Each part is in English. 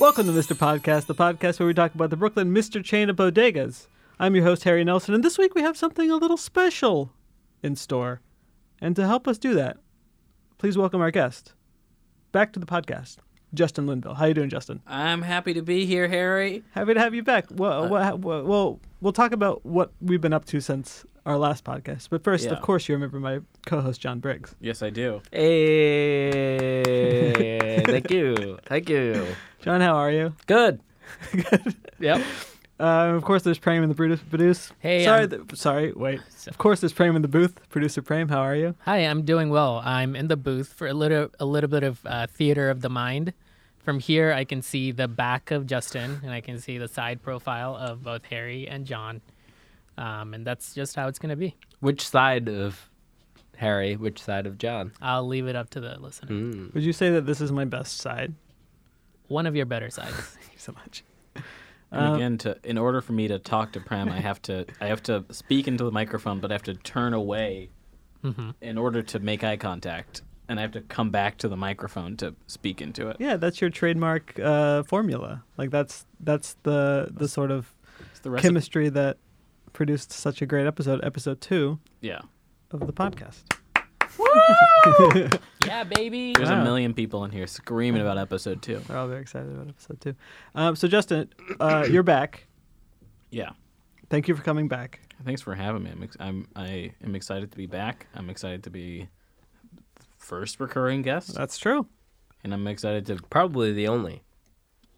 Welcome to Mr. Podcast, the podcast where we talk about the Brooklyn Mr. Chain of Bodegas. I'm your host, Harry Nelson, and this week we have something a little special in store. And to help us do that, please welcome our guest back to the podcast, Justin Linville. How you doing, Justin? I'm happy to be here, Harry. Happy to have you back. Well, well, well, well, we'll talk about what we've been up to since our last podcast. But first, Yeah. of course, you remember my co-host, John Briggs. Yes, I do. Hey, thank you, thank you. John, how are you? Good. Yep. Um, of course, there's Prem in the Brutus Produce. Hey, sorry, I'm- th- sorry, wait. Of course, there's Prem in the booth. Producer Prem, how are you? Hi, I'm doing well. I'm in the booth for a little a little bit of uh, theater of the mind. From here, I can see the back of Justin, and I can see the side profile of both Harry and John, um, and that's just how it's gonna be. Which side of Harry? Which side of John? I'll leave it up to the listener. Hmm. Would you say that this is my best side? One of your better sides. Thank you so much. And again, to in order for me to talk to Prem, I have to I have to speak into the microphone, but I have to turn away in order to make eye contact, and I have to come back to the microphone to speak into it. Yeah, that's your trademark uh, formula. Like that's that's the the sort of It's the rest chemistry that produced such a great episode, episode two yeah. of the podcast. yeah, baby. There's Wow. a million people in here screaming about episode two. We're all very excited about episode two. Um, so Justin, uh, you're back. Yeah. Thank you for coming back. Thanks for having me. I'm, ex- I'm I am excited to be back. I'm excited to be first recurring guest, That's true. and I'm excited to Probably the only.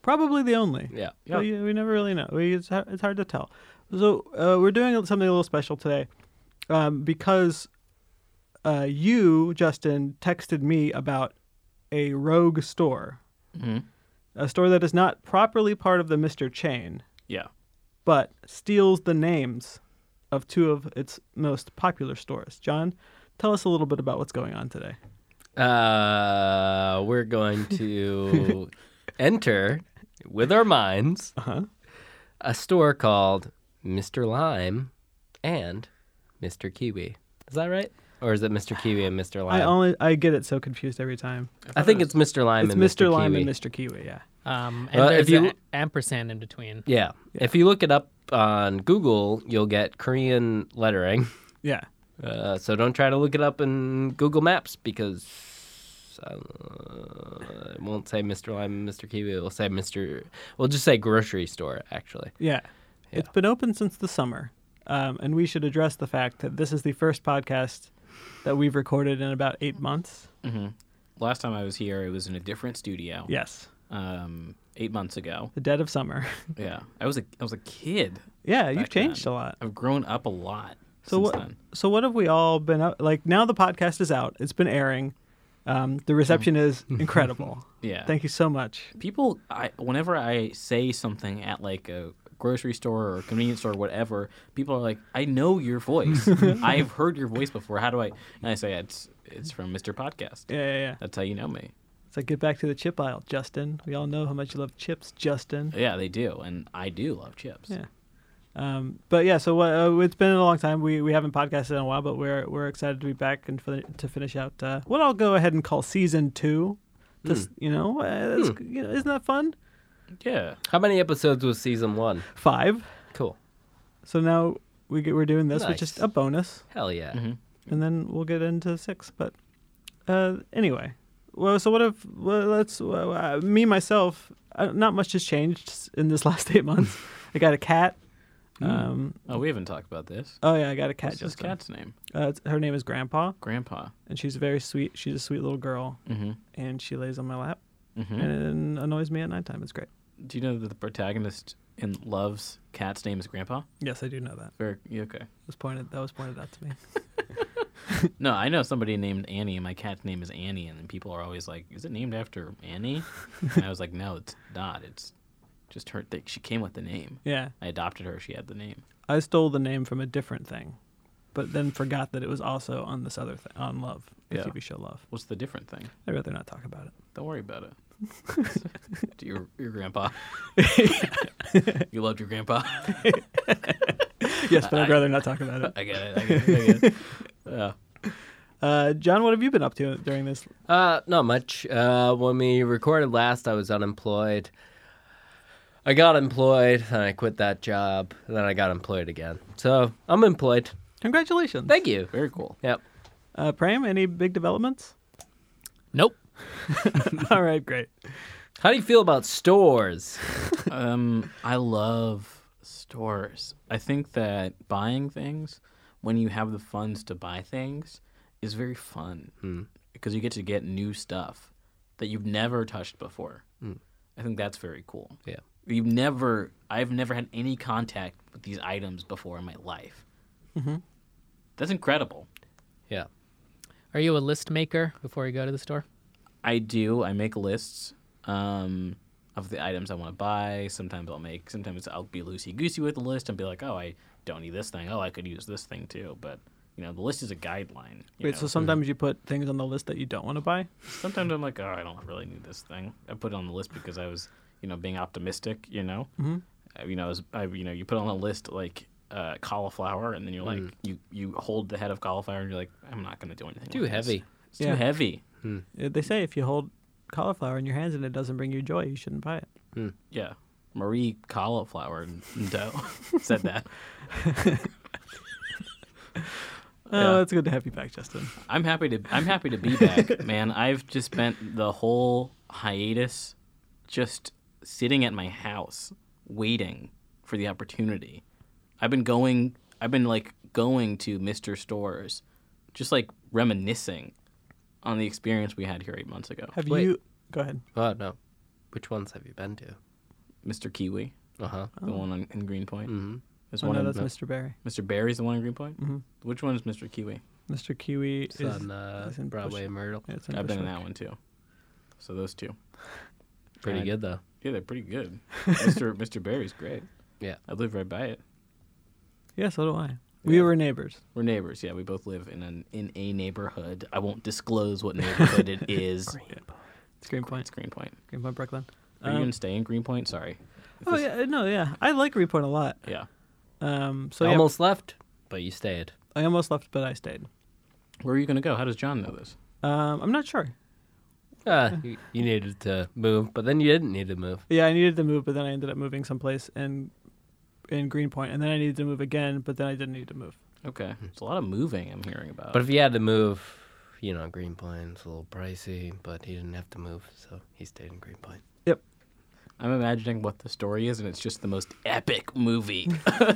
Probably the only. Yeah. Yeah. Well, you- we never really know. We, it's, hard, it's hard to tell. So uh, we're doing something a little special today um, because uh, you, Justin, texted me about a rogue store, Mm-hmm. a store that is not properly part of the Mister Chain, yeah. but steals the names of two of its most popular stores. John, tell us a little bit about what's going on today. Uh, we're going to enter with our minds a store called Mr. Lime and Mr. Kiwi. Is that right? Or is it Mr. Kiwi and Mr. Lime? I only I get it so confused every time. I think it's Mr. Lime it's and Mr. Mr. Lime Kiwi. and Mr. Kiwi. Yeah. Um, and Well, if there's you- an ampersand in between. Yeah. If you look it up on Google, you'll get Korean lettering. Yeah. Uh, so don't try to look it up in Google Maps because uh, it won't say Mr. Lime and Mr. Kiwi. It'll say Mr. We'll just say grocery store, actually. Yeah. It's been open since the summer. Um, and we should address the fact that this is the first podcast that we've recorded in about eight months. Last time I was here, it was in a different studio. Yes. Um, eight months ago. The dead of summer. Yeah, I was a I was a kid. yeah, you've back then. changed a lot. I've grown up a lot So since what? then. So what have we all been up? Like now the podcast is out. It's been airing. Um, the reception is incredible. Yeah. Thank you so much. People, I whenever I say something at like a grocery store or convenience store or whatever, people are like, "I know your voice. I've heard your voice before. How do I?" And I say, "It's it's from Mr. Podcast. Yeah, yeah, yeah. That's how you know me." It's like get back to the chip aisle, Justin. We all know how much you love chips, Justin. Yeah, they do, and I do love chips. Yeah. Um, but yeah, so uh, it's been a long time. We we haven't podcasted in a while, but we're we're excited to be back and fin- to finish out uh, what I'll go ahead and call season two. Just you know, uh, that's, you know, isn't that fun? Yeah. How many episodes was season one? Five. Cool. So now we get, we're doing this, which is Nice. a bonus, Hell yeah. Mm-hmm. and then we'll get into six. But uh, anyway, well, so what if well, let's well, uh, me myself? Uh, not much has changed s- in this last eight months. I got a cat. Um, Oh, we haven't talked about this. oh yeah, I got a cat. What's this Justin. cat's name? Uh, it's- her name is Grandpa, Grandpa. and she's very sweet. She's a sweet little girl, Mm-hmm. and she lays on my lap Mm-hmm. and annoys me at nighttime. It's great. Do you know that the protagonist in Love's cat's name is Grandpa? Yes, I do know that. Very you okay. It was pointed that was pointed out to me. No, I know somebody named Annie, and my cat's name is Annie, and people are always like, "Is it named after Annie?" and I was like, "No, it's not. It's just her. Thing. She came with the name. yeah, I adopted her. She had the name. I stole the name from a different thing, but then forgot that it was also on this other thing on Love, the Yeah. TV show Love. What's the different thing? I'd rather not talk about it. Don't worry about it. Do your your grandpa. you loved your grandpa. Yes, but I'd rather not talk about it. I get it. I get it. I get it. Yeah. Uh, John, what have you been up to during this? Uh, not much. Uh, when we recorded last, I was unemployed. I got employed, and I quit that job, and then I got employed again. So I'm employed. Congratulations. Thank you. Very cool. Yep. Uh, Prem, any big developments? Nope. All right, great. How do you feel about stores? Um, I love stores. I think that buying things when you have the funds to buy things is very fun because you get to get new stuff that you've never touched before. I think that's very cool. Yeah. You've never, I've never had any contact with these items before in my life. That's incredible. Yeah. Are you a list maker before you go to the store? I do. I make lists um, of the items I want to buy. Sometimes I'll make. Sometimes I'll be loosey goosey with the list and be like, "Oh, I don't need this thing. Oh, I could use this thing too." But you know, the list is a guideline. you Wait, know? so sometimes you put things on the list that you don't want to buy? sometimes I'm like, "Oh, I don't really need this thing." I put it on the list because I was, you know, being optimistic. You know, mm-hmm. you know, I was, I, you know, you put on a list like. Uh, cauliflower, and then you're like, Mm. you you hold the head of cauliflower, and you're like, I'm not gonna do anything. Too with this. heavy. It's Yeah. too heavy. Uh, They say if you hold cauliflower in your hands and it doesn't bring you joy, you shouldn't buy it. Yeah. Marie Cauliflower Doe said that. Oh, Yeah. it's good to have you back, Justin. I'm happy to I'm happy to be back, man. I've just spent the whole hiatus just sitting at my house waiting for the opportunity. I've been going I've been like going to Mr. Stores just like reminiscing on the experience we had here 8 months ago. Have Wait. you? Go ahead. Oh no. Which ones have you been to? Mr. Kiwi, Uh Uh-huh. huh. the one on, in Greenpoint. Mm-hmm. There's Oh, one no, in that's Bo- Mr. Barry. Mr. Barry's the one in Greenpoint? Mm-hmm. Which one is Mr. Kiwi? Mr. Kiwi It's is on uh, is in Broadway Bush- and Myrtle. yeah, it's in I've been in Bushwick. that one too. So those two. Pretty I- good though. Yeah, they're pretty good. Mr. Mr. Barry's great. Yeah. I live right by it. Yeah, so do I. We Yeah. were neighbors. We're neighbors. Yeah, we both live in an in a neighborhood. I won't disclose what neighborhood it is. It's Greenpoint. It's Greenpoint. Greenpoint, Brooklyn. Are Um, you gonna stay in Greenpoint? Sorry. If oh this- yeah, no, yeah. I like Greenpoint a lot. Yeah. Um, so I yeah, almost left, but you stayed. I almost left, but I stayed. Where are you gonna go? How does John know this? Um, I'm not sure. Uh, you, you needed to move, but then you didn't need to move. Yeah, I needed to move, but then I ended up moving someplace in in Greenpoint, and then I needed to move again, but then I didn't need to move. Okay. It's a lot of moving I'm hearing about. But if you had to move, you know, Greenpoint's a little pricey, but he didn't have to move, so he stayed in Greenpoint. Yep. I'm imagining what the story is, and it's just the most epic movie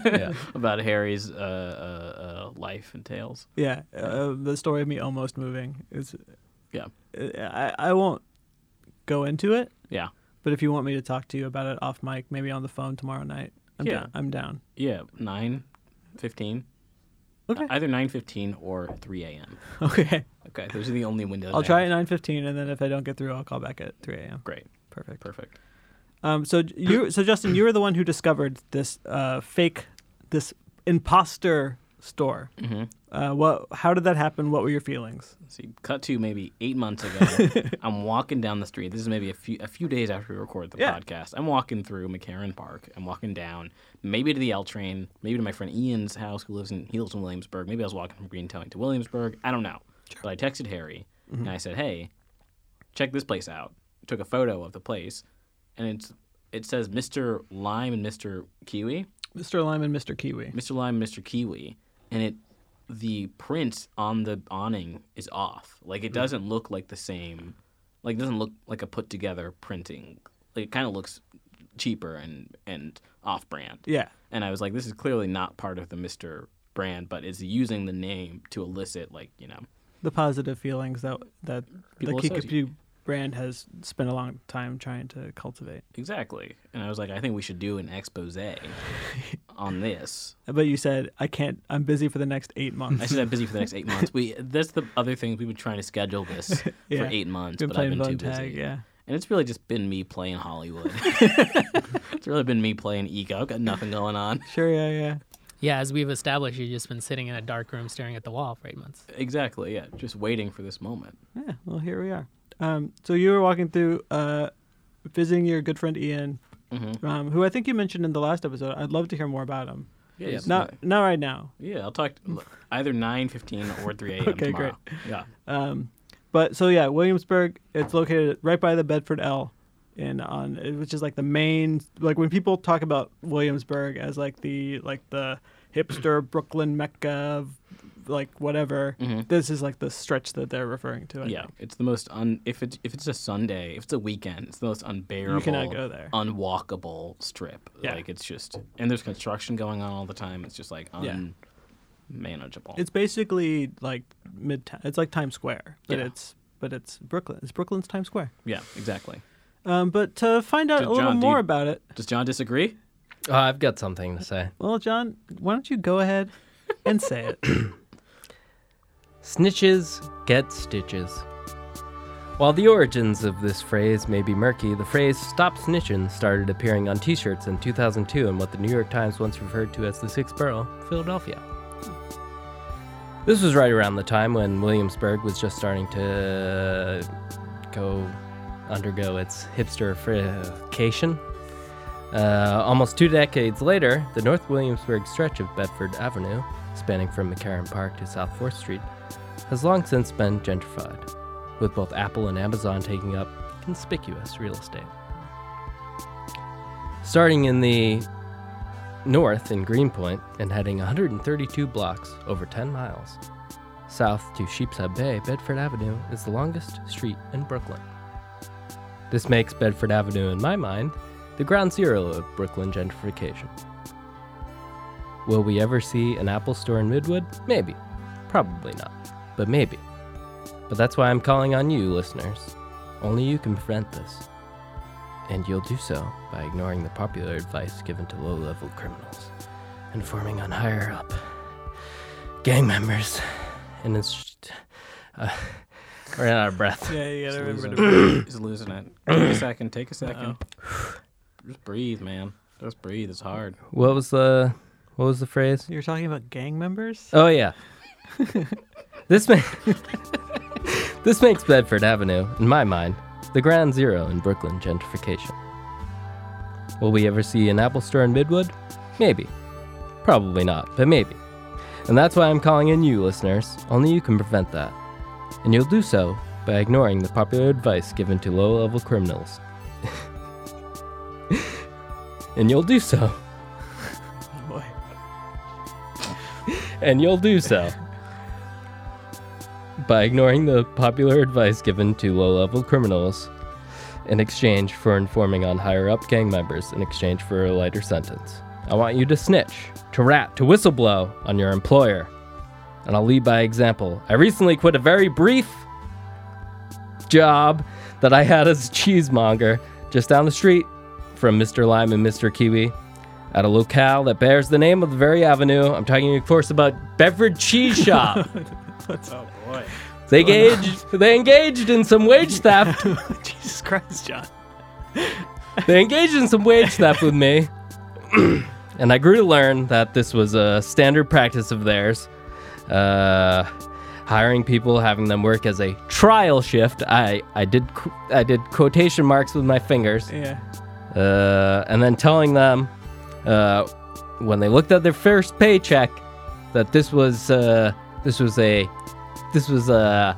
yeah. about Harry's uh, uh, uh, life and tales. Yeah, uh, the story of me almost moving is. uh, Yeah. I I won't go into it, Yeah. but if you want me to talk to you about it off mic, maybe on the phone tomorrow night, I'm Yeah. down. I'm down. Yeah, nine fifteen. Okay. Either nine fifteen or three a.m. Okay. Okay, those are the only windows. I'll I try have. at nine fifteen, and then if I don't get through, I'll call back at three a.m. Great, Perfect. perfect. Um, so j- you, so Justin, you were the one who discovered this uh, fake, this imposter store. Mm-hmm. Uh, what? How did that happen? What were your feelings? See, cut to maybe eight months ago. I'm walking down the street. This is maybe a few a few days after we recorded the Yeah. podcast. I'm walking through McCarran Park. I'm walking down, maybe to the L train, maybe to my friend Ian's house who lives in he lives in Williamsburg. Maybe I was walking from Greentown to Williamsburg. I don't know. But I texted Harry and I said, "Hey, check this place out." Took a photo of the place, and it's it says Mr. Lime and Mr. Kiwi. Mr. Lime and Mr. Kiwi. Mr. Lime, Mr. Kiwi, and it the print on the awning is off. Like Hmm. it doesn't look like the same. Like it doesn't look like a put together printing. Like it kind of looks cheaper and and off brand. Yeah. And I was like, this is clearly not part of the Mr. brand, but it's using the name to elicit like you know. The positive feelings that that People the associate. Kickapoo brand has spent a long time trying to cultivate. Exactly. And I was like, I think we should do an expose on this. But you said I can't. I'm busy for the next eight I months. said I'm busy for the next eight months. We that's the other thing we've been trying to schedule this Yeah. for eight months, been but I've playing been too phone busy. tag. Yeah. And it's really just been me playing Hollywood. it's really been me playing ego. I've got nothing going on. Sure. Yeah. Yeah. Yeah, as we've established, you've just been sitting in a dark room staring at the wall for eight months. Exactly. Yeah. Just waiting for this moment. Yeah. Well, here we are. Um, so you were walking through, uh, visiting your good friend Ian, Mm-hmm. um, who I think you mentioned in the last episode. I'd love to hear more about him. Yeah. just- Not not right now, Yeah. I'll talk to, either nine fifteen or three a.m. Okay, tomorrow. Yeah. um, but so yeah, Williamsburg. It's located right by the Bedford L. in on which is like the main like when people talk about Williamsburg as like the like the hipster Brooklyn Mecca of like whatever. This is like the stretch that they're referring to. I Mm-hmm. Yeah, think. it's the most un. If it's if it's a Sunday, if it's a weekend, it's the most unbearable, go there. unwalkable strip. Yeah. Like it's just, and there's construction going on all the time. It's just like Yeah. unmanageable. It's basically like mid it's like Times Square, but Yeah. it's but it's Brooklyn. It's Brooklyn's Times Square. yeah, exactly. Um, but to find out Jo- a little John, do more you- about it, Does John disagree? Oh, I've got something to say. well, John, why don't you go ahead and say it? Snitches get stitches. While the origins of this phrase may be murky, the phrase stop snitching started appearing on t shirts in 2002 in what the New York Times once referred to as the sixth borough, Philadelphia. This was right around the time when Williamsburg was just starting to go undergo its hipsterification. Uh, almost two decades later, the North Williamsburg stretch of Bedford Avenue, spanning from McCarran Park to South 4th Street, has long since been gentrified, with both Apple and Amazon taking up conspicuous real estate. Starting in the north in Greenpoint and heading 132 blocks over 10 miles south to Sheepshead Bay, Bedford Avenue is the longest street in Brooklyn. This makes Bedford Avenue, in my mind, the ground zero of Brooklyn gentrification. Will we ever see an Apple store in Midwood? Maybe. Probably not. But maybe. But that's why I'm calling on you, listeners. Only you can prevent this. And you'll do so by ignoring the popular advice given to low level criminals, informing on higher up gang members, and it's. just- Uh, we're out of breath. Yeah, you He's gotta remember. losing, To... it. He's losing it. Take a second. Take a 2nd Just breathe, man. Just breathe. It's hard. What was the what was the phrase? You're talking about gang members. Oh yeah. this ma- This makes Bedford Avenue, in my mind, the ground zero in Brooklyn gentrification. Will we ever see an Apple store in Midwood? Maybe. Probably not, but maybe. And that's why I'm calling in you, listeners. Only you can prevent that. And you'll do so by ignoring the popular advice given to low level criminals. and you'll do so boy. and you'll do so by ignoring the popular advice given to low level criminals in exchange for informing on higher up gang members in exchange for a lighter sentence. I want you to snitch, to rat, to whistleblow on your employer. And I'll lead by example. I recently quit a very brief job that I had as a cheesemonger just down the street from Mr. Lime and Mr. Kiwi at a locale that bears the name of the very avenue. I'm talking, of course, about Bedford Cheese Shop. Oh boy. they engaged, they engaged in some wage theft. Jesus Christ, John. They engaged in some wage theft with me. and I grew to learn that this was a standard practice of theirs. Uh, hiring people, having them work as a trial shift. I, I did qu- I did quotation marks with my fingers. Yeah. uh, and then telling them uh, when they looked at their first paycheck that this was uh, this was a this was a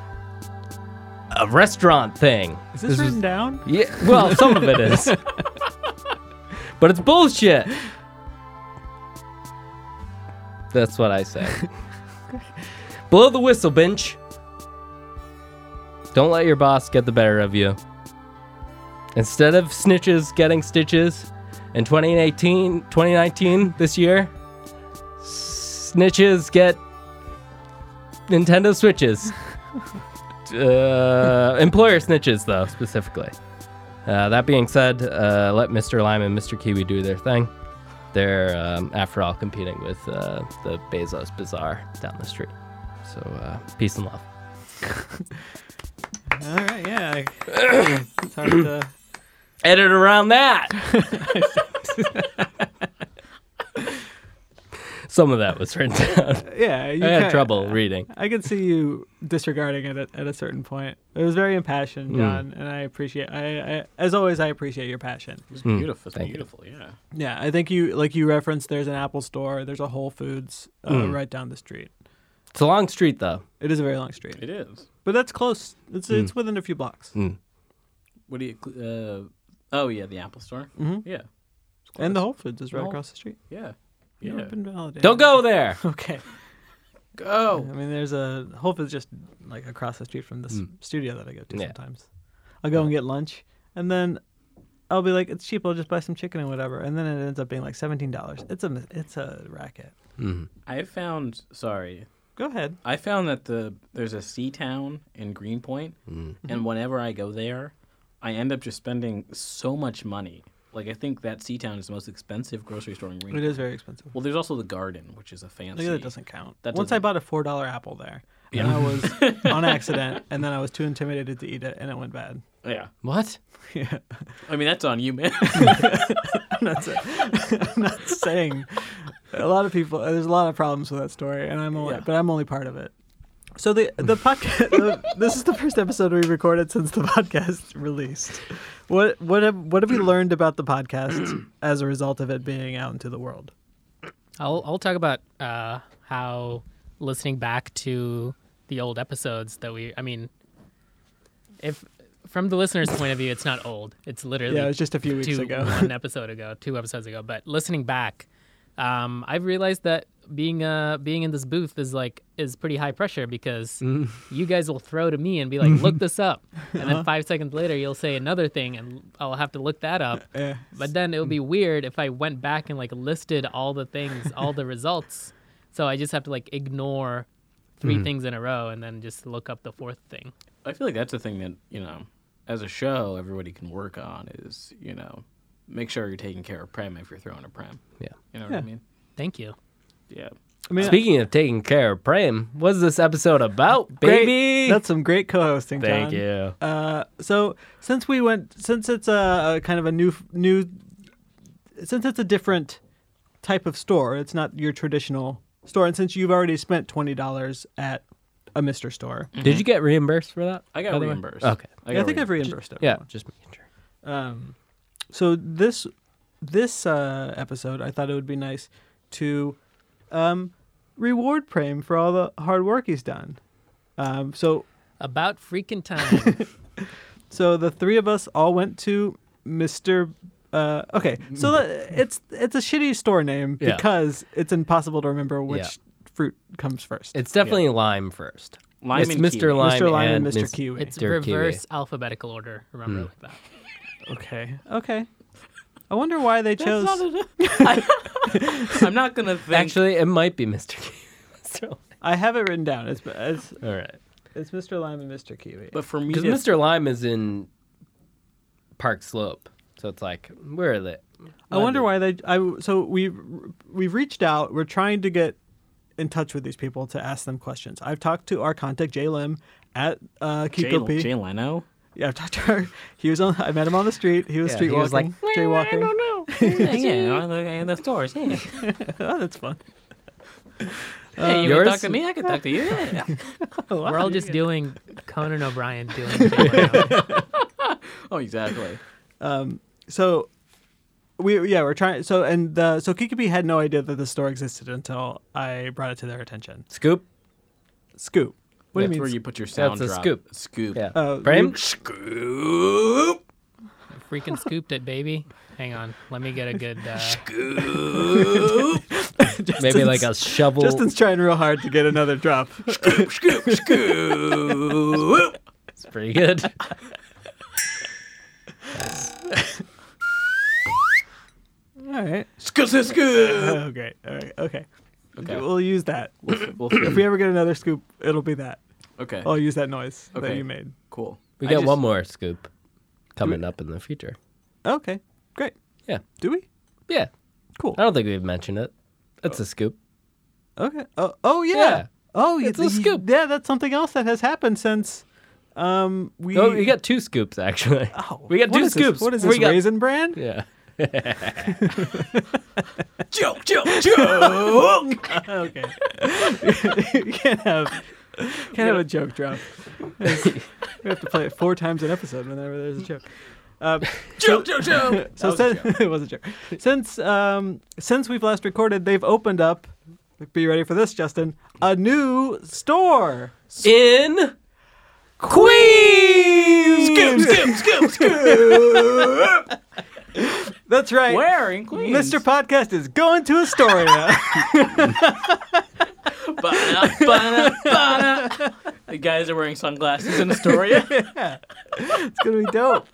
a restaurant thing. Is this, was- written down? yeah, well, some of it is. but it's bullshit. That's what I say. Blow the whistle, bench. Don't let your boss get the better of you. Instead of snitches getting stitches in 2018, 2019, this year, snitches get Nintendo Switches. uh, employer snitches, though, specifically. Uh, that being said, uh, let Mr. Lime and Mr. Kiwi do their thing. They're, um, after all, competing with uh, the Bezos Bazaar down the street. So, uh, peace and love. All right. Yeah. it's hard to. Edit around that! Some of that was written down. Yeah. You I had can't- trouble reading. I could see you disregarding it at, at a certain point. It was very impassioned, John, and I appreciate. I, I as always, I appreciate your passion. It's Mm, beautiful. It's thank you. beautiful. Yeah. Yeah, I think you like you referenced. There's an Apple store. There's a Whole Foods uh, Mm. right down the street. It's a long street, though. It is a very long street, It is. but that's close. It's it's within a few blocks. Mm. What do you? Uh, Oh yeah, the Apple Store. Mm-hmm. Yeah. And the Whole Foods is right Whole- across the street. Yeah. Yeah. Yeah. Been validated. Don't go there. Okay. I Go. mean, there's a Whole Foods just like across the street from this studio that I go to Yeah. sometimes. I'll go and get lunch, and then I'll be like, "It's cheap. I'll just buy some chicken and whatever." And then it ends up being like seventeen dollars. It's a mis- it's a racket. Mm-hmm. I found sorry. Go ahead. I found that the there's a sea town in Greenpoint, Mm-hmm. Mm-hmm. and whenever I go there, I end up just spending so much money. Like I think that sea town is the most expensive grocery store in It Greenpoint. is very expensive. Well, there's also the garden, which is a Look, fancy. that doesn't count. That Once doesn't- I bought a four dollar apple there, and I was on accident, and then I was too intimidated to eat it, and it went bad. Yeah. What? yeah, I mean, that's on you, man. that's it. I'm not saying a lot of people. There's a lot of problems with that story, and I'm only, Yeah. but I'm only part of it. So the the podcast. the, this is the first episode we recorded since the podcast released. What what have what have we learned about the podcast as a result of it being out into the world? I'll I'll talk about uh, how listening back to the old episodes that we I mean if from the listener's point of view it's not old it's literally Yeah, it was just a few weeks two- ago. one episode ago two episodes ago but listening back um, I've realized that being uh being in this booth is like is pretty high pressure because Mm. you guys will throw to me and be like look this up and Uh-huh. then five seconds later you'll say another thing and I'll have to look that up Eh. but then it would be weird if I went back and like listed all the things, all the results. So I just have to like ignore Mm. 3 things in a row and then just look up the fourth thing. I feel like that's a thing that you know, as a show, everybody can work on is you know, make sure you're taking care of prem if you're throwing a prem. Yeah. You know Yeah. what I mean? Thank you. Yeah. I mean, Speaking of taking care of Prem, what's this episode about, great- baby? that's some great co-hosting. Thank John. you. Uh, so since we went, since it's a, a kind of a new new, since it's a different type of store, it's not your traditional store, and since you've already spent twenty dollars at a Mister store, Did you get reimbursed for that? I got by the way? reimbursed. Okay. I, I, got think I've reimbursed. reimbursed it. Yeah, just making sure. Um, so this this uh, episode, I thought it would be nice to um, reward Prem for all the hard work he's done. Um, so About freaking time. So the three of us all went to Mr. Uh, okay, so the, it's it's a shitty store name Yeah. because it's impossible to remember which Yeah. fruit comes first. It's definitely Lime first. Lime it's and Mr. kiwi. Lime, Mr. Lime and and Mr. Mis- Kiwi. it's Dear Kiwi. reverse alphabetical order. Remember like that. okay, okay. I wonder why they chose. I'm not gonna think. Actually, it might be Mr. Kiwi. Mr. Lime. I have it written down. It's it's, All right. it's Mr. Lime and Mr. Kiwi. but for me, Because to- Mr. Lime is in Park Slope. So it's like, where are they? I wonder why they. I so we we've reached out. We're trying to get in touch with these people to ask them questions. I've talked to our contact Jay Lim at uh, Jay, Kiko P. Jay Leno. Yeah, I've talked to her. He was on. I met him on the street. He was Yeah, street he was walking, like, jaywalking. yeah, in the stores. Yeah. Oh, that's fun. Hey, you yours? can talk to me. I can talk to you. Yeah. We're all just doing Conan O'Brien doing it. oh, exactly. So, we yeah we're trying. So and the, so Kikubi had no idea that the store existed until I brought it to their attention. Scoop? Scoop. What That's do you where mean? you put your sound That's a drop. scoop. Scoop. Yeah. Uh, Prem? Scoop. freaking scooped it, baby. Hang on. Let me get a good uh, Scoop. Maybe like a shovel. Justin's trying real hard to get another drop. scoop. Scoop. Scoop. It's pretty good. All right. Scoop. Scoop. Scoop. Oh, great. All right. Okay. Okay. We'll use that. Well, if we ever get another scoop, it'll be that. okay. I'll use that noise that Okay. you made. Cool. Oh, We I got just- one more scoop coming up in the future. Okay. Great. Yeah. Do we? Yeah. Cool. I don't think we've mentioned it. That's a scoop. Okay. Oh, oh yeah. Yeah. Oh, It's you- a scoop. Yeah, that's something else that has happened since um we. Oh, we got two scoops actually. Oh, we got what two is this- scoops. What is we this got- raisin brand? Yeah. Joke. Joke. Joke. okay. you can't have can't have a joke drop. we have to play it four times an episode whenever there's a joke. Um, Joke. Joke. Joke. so That was a since it was a joke. Since um since we've last recorded, they've opened up. Be ready for this, Justin. A new store. In Queens. Queens. Scoop, scoop, scoop. That's right. Where in Queens? Mr. Podcast is going to Astoria. Bana, bana, bana. The guys are wearing sunglasses in Astoria. it's gonna be dope.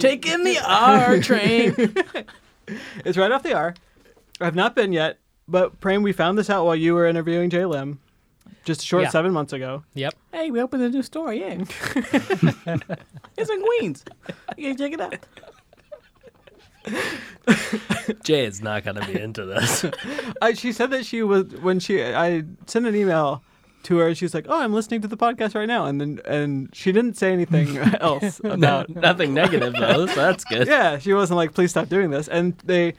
Taking the R train. It's right off the R. I've not been yet, but Prem, we found this out while you were interviewing Jay Lim, just a short Yeah. seven months ago. Yep. hey, we opened a new store, yeah. it's in Queens. You can check it out. Jay is not going to be into this. I, she said that she was when she I sent an email to her. and She's like, "Oh, I'm listening to the podcast right now," and then and she didn't say anything else no, about. nothing negative though. So that's good. Yeah, she wasn't like, "Please stop doing this." And they,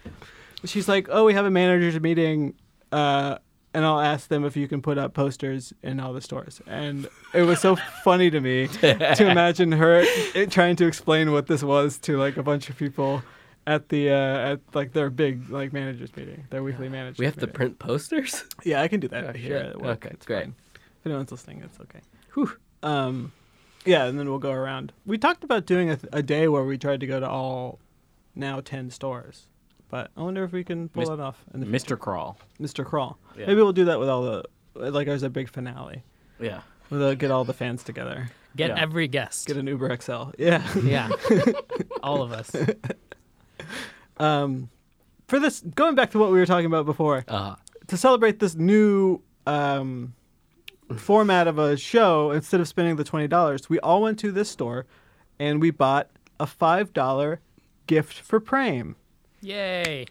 she's like, "Oh, we have a managers meeting, uh, and I'll ask them if you can put up posters in all the stores." And it was so funny to me to imagine her it, trying to explain what this was to like a bunch of people. At the uh, at like their big like managers meeting, their weekly managers. We have to meeting. print posters. Yeah, I can do that here. shit. at work. Oh, Okay, It's great. fine. If anyone's listening, it's okay. Whew. Um, yeah, and then we'll go around. We talked about doing a, a day where we tried to go to all now ten stores, but I wonder if we can pull Mis- that off. And the Mr. Crawl. Mr. Crawl, Yeah. maybe we'll do that with all the like as a big finale. Yeah. We'll get all the fans together. Get Yeah. every guest. Get an Uber XL. Yeah. yeah. All of us. Um, for this, going back to what we were talking about before, Uh, to celebrate this new um, format of a show, instead of spending the twenty dollars, we all went to this store and we bought a five dollar gift for Prame. Yay.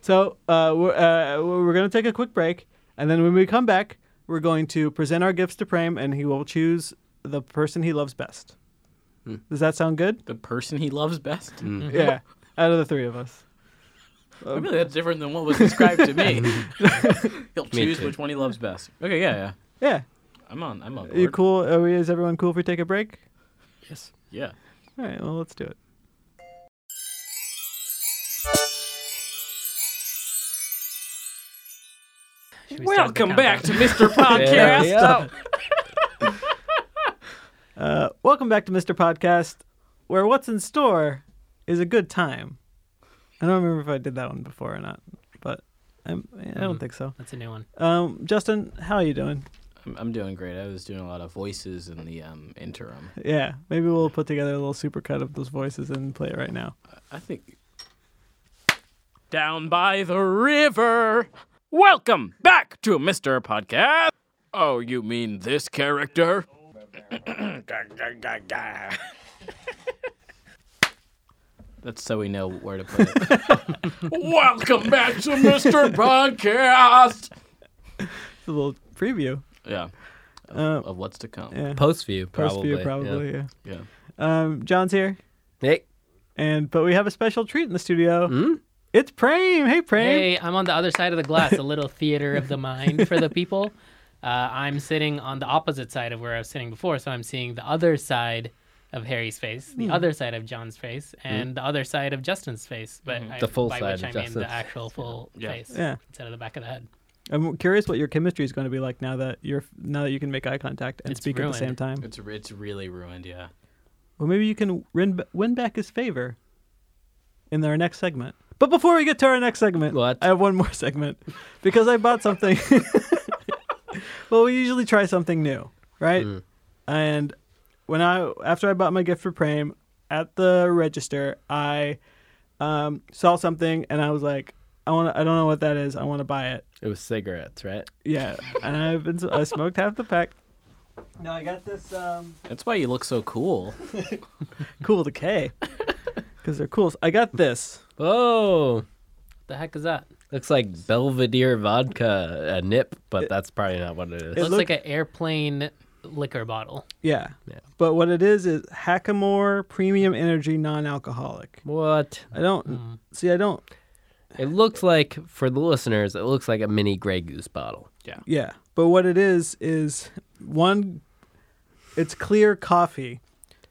So uh, we're, uh, we're going to take a quick break, and then when we come back, we're going to present our gifts to Prame, and he will choose the person he loves best. Does that sound good? The person he loves best. Yeah, out of the three of us. I Um, feel like that's different than what was described to me. He'll choose too. which one he loves best. Okay, yeah, yeah. Yeah, I'm on. I'm on. Are you board. cool? Are we, is everyone cool if we take a break? Yes. Yeah. All right, well, let's do it. Should we start the Welcome back to countdown? Mr. Podcast. yeah. Uh, welcome back to Mr. Podcast, where what's in store is a good time. I don't remember if I did that one before or not, but I'm, I Hmm. don't think so. That's a new one. Um, Justin, how are you doing? I'm, I'm doing great. I was doing a lot of voices in the um, interim. Yeah, maybe we'll put together a little supercut of those voices and play it right now. I think. Down by the river. Welcome back to Mr. Podcast. Oh, you mean this character? That's so we know where to put it. Welcome back to Mr. Podcast. It's a little preview. Yeah, Uh, of what's to come. yeah, Post view post probably. view probably. Yeah. Yeah. Um, John's here, Yeah. Hey, and but we have a special treat in the studio. It's Prame. Hey, Prame. Hmm? Hey, I'm on the other side of the glass, a little theater of the mind for the people. Uh, I'm sitting on the opposite side of where I was sitting before, so I'm seeing the other side of Harry's face, the other side of John's face, and the other side of Justin's face. But I, The full by side which of I mean Justin's. the actual full Yeah. face Yeah. instead of the back of the head. I'm curious what your chemistry is going to be like now that you're now that you can make eye contact and It's speak at ruined. the same time. It's it's really ruined. Yeah. Well, maybe you can win, win back his favor in our next segment. But before we get to our next segment, What? I have one more segment because I bought something. well, we usually try something new, right? And when I after I bought my gift for Prame at the register, I um, saw something and I was like, I want. I don't know what that is. I want to buy it. it was cigarettes, right? Yeah, and I've been. I smoked half the pack. No, I got this. Um, That's why you look so cool. cool to K. Because they're cool. I got this. Whoa. The heck is that? Looks like Belvedere vodka, a nip, but that's probably not what it is. It It looks look- like an airplane liquor bottle. Yeah. Yeah. But what it is is Hackamore Premium Energy Non-Alcoholic. what? I don't Hmm. see. I don't. It looks like, for the listeners, it looks like a mini Grey Goose bottle. Yeah. Yeah. But what it is is one. It's clear coffee.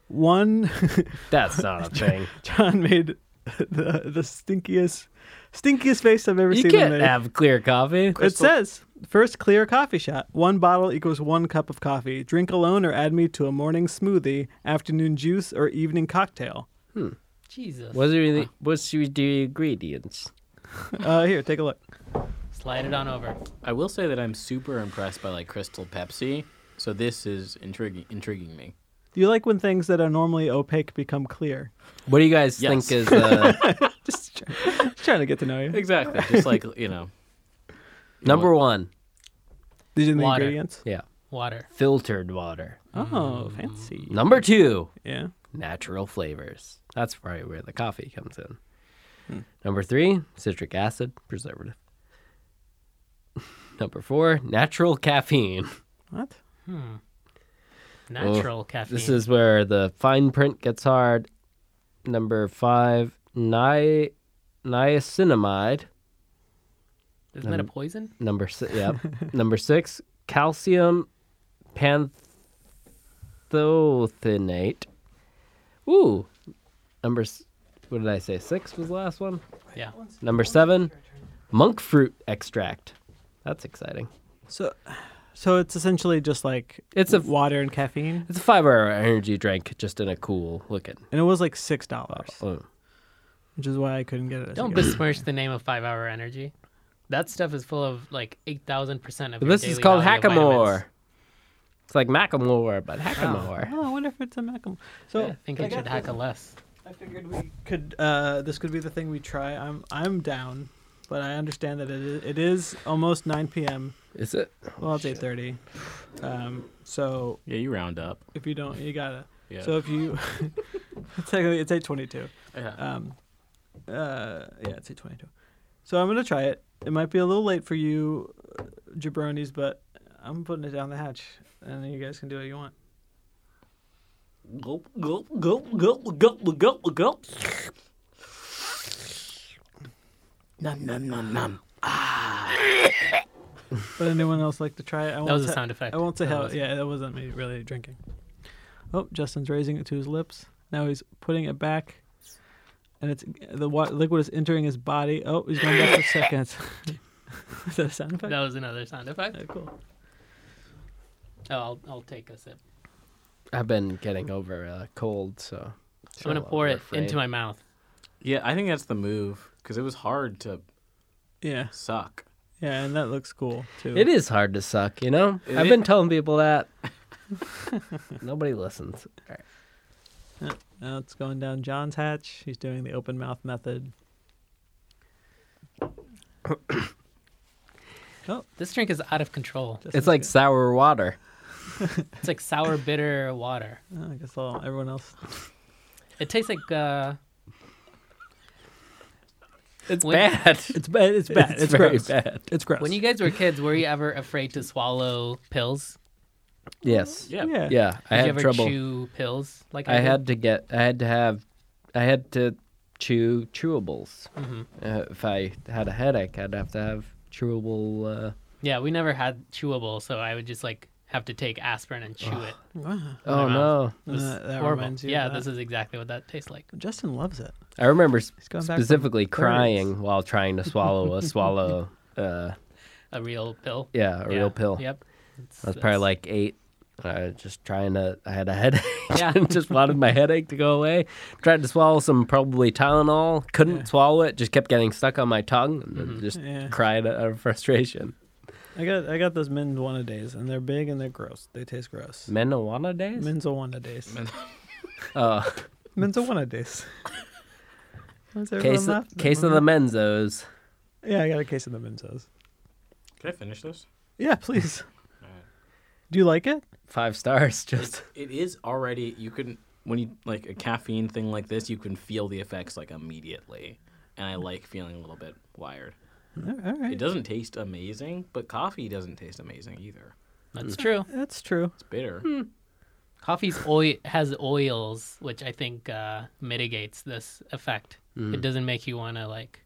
One. That's not a thing. John made the the stinkiest stinkiest face I've ever You seen. him can't make. have clear coffee. It says first clear coffee shot. One bottle equals one cup of coffee. Drink alone or add me to a morning smoothie, afternoon juice, or evening cocktail. Jesus. What's the, what's the ingredients? Uh, here, take a look. Slide it on over. I will say that I'm super impressed by like Crystal Pepsi. So this is intriguing, intriguing me. Do you like when things that are normally opaque become clear? What do you guys Yes. think is uh, Just try- trying to get to know you. Exactly. Just like you know, number one? These are the Water. ingredients. Yeah, Water. Oh, filtered water. Oh, fancy. Number two, Yeah. natural flavors. That's probably where the coffee comes in. Number three, citric acid, preservative. Number four, natural caffeine. What? Natural caffeine. This is where the fine print gets hard. Number five, ni- niacinamide. Isn't that a poison? Number six, yeah. Number six, calcium pantothenate. Ooh. Number, s- what did I say? Six was the last one. Yeah. Number seven, monk fruit extract. That's exciting. So, so it's essentially just like It's a- water and caffeine, It's a five-hour energy drink, just in a cool looking. and it was like six dollars, Oh. which is why I couldn't get it. as a Don't gift. besmirch the name of Five Hour Energy. That stuff is full of like eight thousand percent of. your This is daily called value of vitamins. hackamore. It's like macamore, but hackamore. Oh, I wonder if it's a Macam. So Yeah, I think it should got hack a this. less. I figured we could. Uh, this could be the thing we try. I'm I'm down, but I understand that it is, it is almost 9 p.m. Is it? Well, it's 8:30. Um, so yeah, you round up. if you don't, you gotta. Yeah. So if you, technically it's 8:22. yeah. Um, uh, yeah, it's 8:22. So I'm gonna try it. It might be a little late for you, uh, jabronis, but I'm putting it down the hatch, and you guys can do what you want. Gulp, gulp, gulp, gulp, gulp, gulp, gulp. Nom, nom, nom, nom. Would anyone else like to try it? I That was won't a te- sound effect. I won't say That how. wasn't- Yeah, that wasn't me really drinking. Oh, Justin's raising it to his lips. Now he's putting it back, and it's the wa- liquid is entering his body. Oh, he's going back for seconds. is that a sound effect? That was another sound effect. Yeah, cool. Oh, I'll, I'll take a sip. I've been getting over a cold, so I'm gonna Sure, pour we're it afraid. into my mouth. Yeah, I think that's the move because it was hard to Yeah, suck. yeah, and that looks cool too. It is hard to suck, you know? It I've i- been telling people that. Nobody listens. Now it's going down John's hatch. He's doing the open mouth method. Oh, This drink is out of control. Justin's It's like good. sour water. It's like sour bitter water. Oh, I guess I'll, everyone else. It tastes like uh, It's When- bad. It's bad. It's bad. It's, very gross. bad. It's gross. when you guys were kids. Were you ever afraid to swallow pills? Yes. Yeah. yeah. Yeah, I Did you had ever trouble. chew pills like I I, did? had to get I had to have I had to chew chewables. Uh, if I had a headache, I'd have to have chewable uh, Yeah, we never had chewable, so I would just like have to take aspirin and chew it. Wow. my Oh no. mouth. It was Uh, that horrible. reminds you of yeah, that. this is exactly what that tastes like. Justin loves it. I remember s- He's going back from specifically birds. crying while trying to swallow a swallow uh A real pill. yeah, a Yeah, real pill. Yep. It's- I was probably that's- like eight. I was just trying to. I had a headache. Yeah. and just wanted my headache to go away. Tried to swallow some probably Tylenol. Couldn't swallow it. Just kept getting stuck on my tongue and then just Mm-hmm. Yeah. cried out of frustration. I got I got those Menwana days, and they're big and they're gross. They taste gross. Menawana days. Menzawana days. oh, Menzawana days. What's everyone case of, laughing at? case of the menzos. Yeah, I got a case of the Menzos. Can I finish this? Yeah, please. Alright. Do you like it? Five stars. Just It is already. You can when you like a caffeine thing like this, you can feel the effects like immediately, and I like feeling a little bit wired. All all It right. doesn't taste amazing, but coffee doesn't taste amazing either. That's true. That's true. It's bitter. Hmm. Coffee's oil has oils, which I think uh, mitigates this effect. Mm. It doesn't make you want to like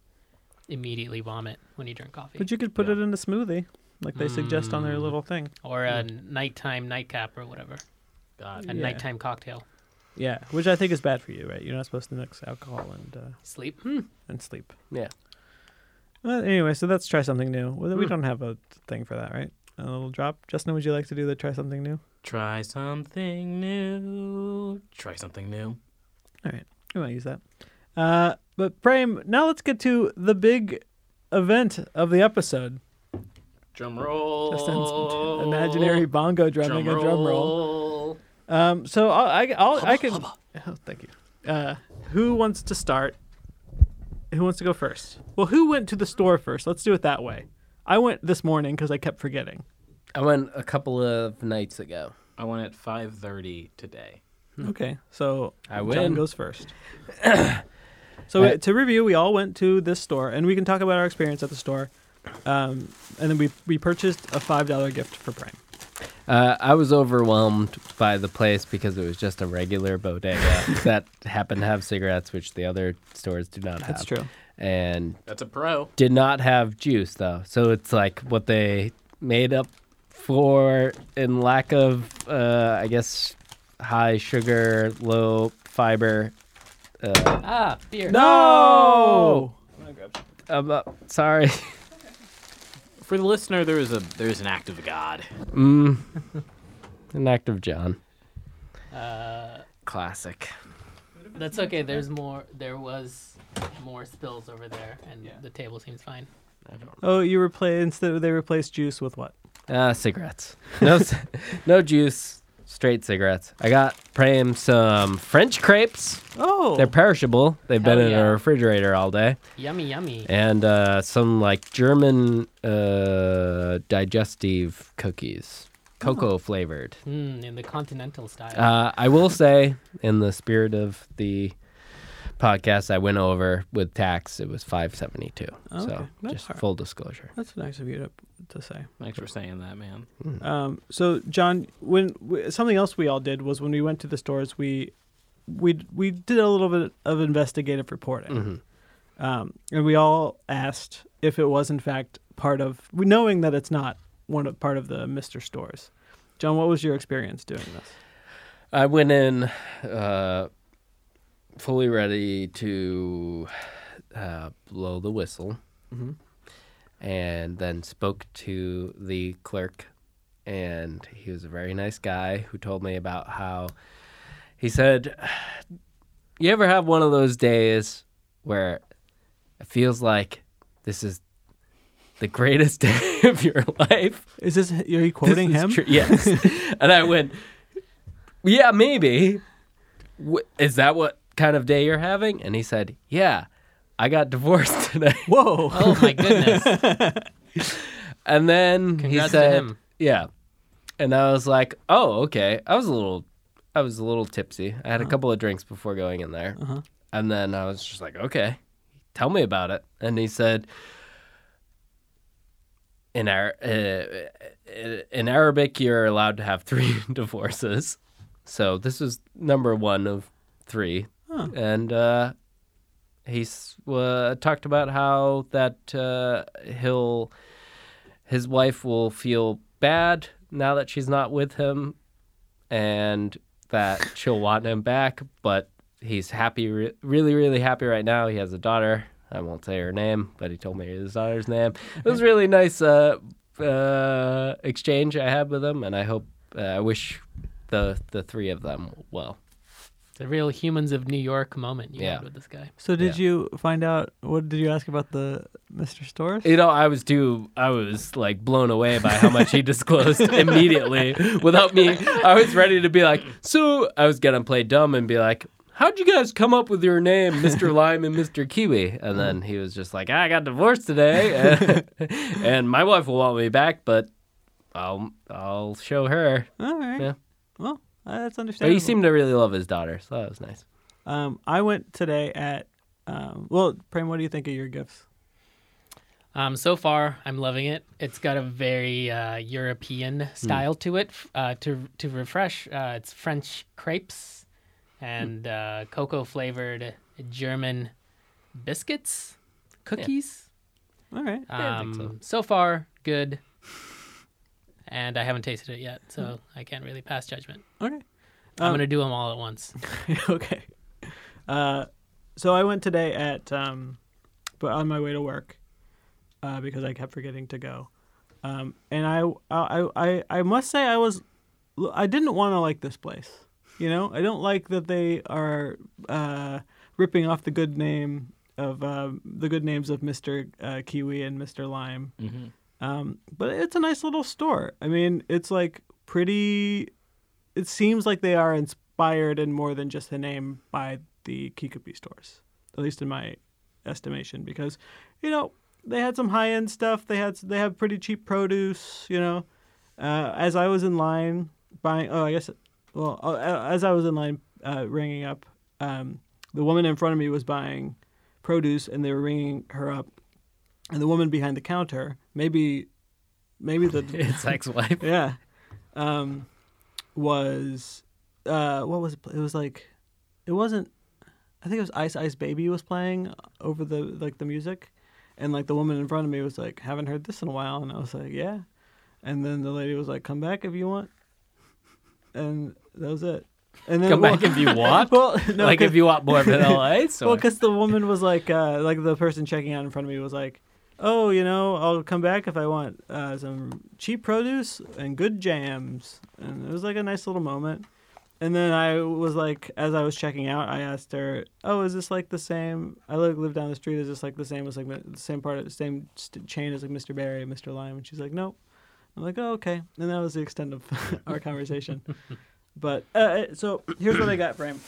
immediately vomit when you drink coffee, But you could put it in a smoothie, like they suggest on their little thing. or a Mm. nighttime nightcap or whatever, God, a Yeah. nighttime cocktail. Yeah, which I think is bad for you, right? You're not supposed to mix alcohol and uh, Sleep. and sleep. yeah. Well, anyway, so let's try something new. Well, We don't have a thing for that, right? A little drop. Justin, would you like to do the try something new? Try something new. Try something new. All right, we might use that. Uh, but Prem, now let's get to the big event of the episode. Drum roll. Oh. Justin's imaginary bongo drumming a drum roll. roll. Um, so I'll, I, I'll, I can. Oh, thank you. Uh, who wants to start? Who wants to go first? Well, who went to the store first? Let's do it that way. I went this morning because I kept forgetting. I went a couple of nights ago. I went at 5:30 today. Okay, so I John win. goes first. so uh, to review, we all went to this store, and we can talk about our experience at the store. Um, and then we we purchased a five dollar gift for Prime. Uh, I was overwhelmed by the place because it was just a regular bodega that happened to have cigarettes, which the other stores do not have. That's true. And That's a pro. did not have juice though, so it's like what they made up for in lack of, uh, I guess, high sugar, low fiber. Uh, ah, beer. No. I'm, uh, sorry. For the listener, there is a there is an act of God. Mm. An act of John. Uh, Classic. that's okay. There's more. There was more spills over there, and the table seems fine. Oh, you replace instead they replaced juice with what? Uh, cigarettes. No, c- no juice. Straight cigarettes. I got Prem some French crepes. Oh, They're perishable. They've been Hell in yeah. a refrigerator all day. Yummy, yummy. And uh, some like German uh, digestive cookies, cocoa flavored. Mm, in the continental style. Uh, I will say, in the spirit of the podcast, I went over with tax. It was five seventy two. Oh, Okay, so that's just all right. full disclosure. that's nice of you to to say. Thanks for saying that, man. Mm. Um, so John, when w- something else we all did was when we went to the stores, we we we did a little bit of investigative reporting, Mm-hmm. um, and we all asked if it was in fact part of we- knowing that it's not one of part of the Mister Stores. John, what was your experience doing this? I went in uh, fully ready to uh, blow the whistle Mm-hmm. and then spoke to the clerk. And he was a very nice guy who told me about how he said, You ever have one of those days where it feels like this is the greatest day of your life? Is this are you This quoting is him? true- Yes. and I went, yeah, maybe. Wh- Is that what kind of day you're having? And he said, yeah, I got divorced today. Whoa! oh my goodness. And then he Congrats to said, him. yeah. And I was like, oh, okay. I was a little, I was a little tipsy. I Uh-huh. had a couple of drinks before going in there. And then I was just like, okay, tell me about it. And he said, in our uh, in Arabic, you're allowed to have three divorces. So this was number one of three, and uh, he s- uh, talked about how that uh, he'll his wife will feel bad now that she's not with him, and that she'll want him back. But he's happy, re- really, really happy right now. He has a daughter. I won't say her name, but he told me his daughter's name. It was a really nice uh, uh, exchange I had with him, and I hope uh, I wish the the three of them well. the real humans of New York moment you Yeah. had with this guy. So did you find out what did you ask about the Mister Stores? You know, I was too. I was like blown away by how much he disclosed immediately without me. I was ready to be like, so I was gonna play dumb and be like, how'd you guys come up with your name, Mr. Lime and Mr. Kiwi? And then he was just like, I got divorced today, and, and my wife will want me back, but I'll I'll show her. all right. Yeah. Well, uh, that's But understandable. he seemed to really love his daughter, so that was nice. Um, I went today at. Um, well, Prem, what do you think of your gifts? Um, so far, I'm loving it. It's got a very uh, European style to it. F- Uh, to to refresh, uh, it's French crepes and uh, cocoa flavored German biscuits, cookies. All right. I um, think so. far, good. And I haven't tasted it yet, so I can't really pass judgment. Okay. I'm gonna do them all at once. okay. Uh, so I went today at, um, but on my way to work, uh, because I kept forgetting to go. Um, and I, I, I, I must say I was, I didn't want to like this place. You know, I don't like that they are uh, ripping off the good name of uh, the good names of Mister uh, Kiwi and Mister Lime. Um, but it's a nice little store. I mean, it's like pretty. It seems like they are inspired and more than just the name by the Kikupi stores, at least in my estimation, because you know they had some high end stuff. They had they have pretty cheap produce. You know, uh, as I was in line buying, oh, I guess, well, uh, as I was in line uh, ringing up, um, the woman in front of me was buying produce, and they were ringing her up, and the woman behind the counter, maybe, maybe the It's ex-wife. yeah, um, was uh, what was it? It was like it wasn't. I think it was Ice Ice Baby was playing over the like the music, and like the woman in front of me was like, "Haven't heard this in a while," and I was like, "Yeah," and then the lady was like, "Come back if you want," and that was it. And then Come back well, if you want. well, no, like if you want more vanilla ice. well, or- because the woman was like, uh, like the person checking out in front of me was like, "Oh, you know, I'll come back if I want uh, some cheap produce and good jams." And it was like a nice little moment. And then I was like, as I was checking out, I asked her, "Oh, is this like the same? I like live down the street. Is this like the same as like mi- the same part of the same st- chain as like Mr. Barry, and Mr. Lime?" And she's like, "Nope." I'm like, "Oh, okay." And that was the extent of our conversation. But uh, so here's what I got, Frame.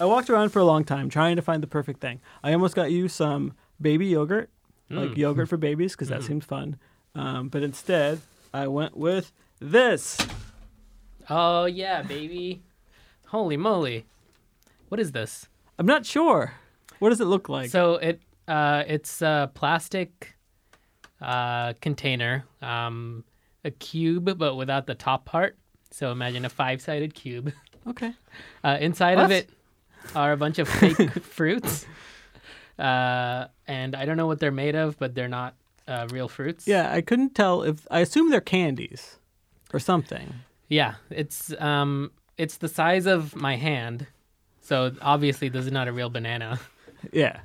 I walked around for a long time trying to find the perfect thing. I almost got you some baby yogurt, like yogurt for babies, because that seemed fun. Um, but instead, I went with this. Oh yeah, baby. Holy moly. What is this? I'm not sure. What does it look like? So it uh, it's a plastic uh, container, um, a cube, but without the top part. So imagine a five-sided cube. okay. Uh, inside What? of it are a bunch of fake fruits, uh, and I don't know what they're made of, but they're not uh, real fruits. Yeah, I couldn't tell if I assume they're candies or something. Yeah, it's um, it's the size of my hand, so obviously this is not a real banana, Yeah.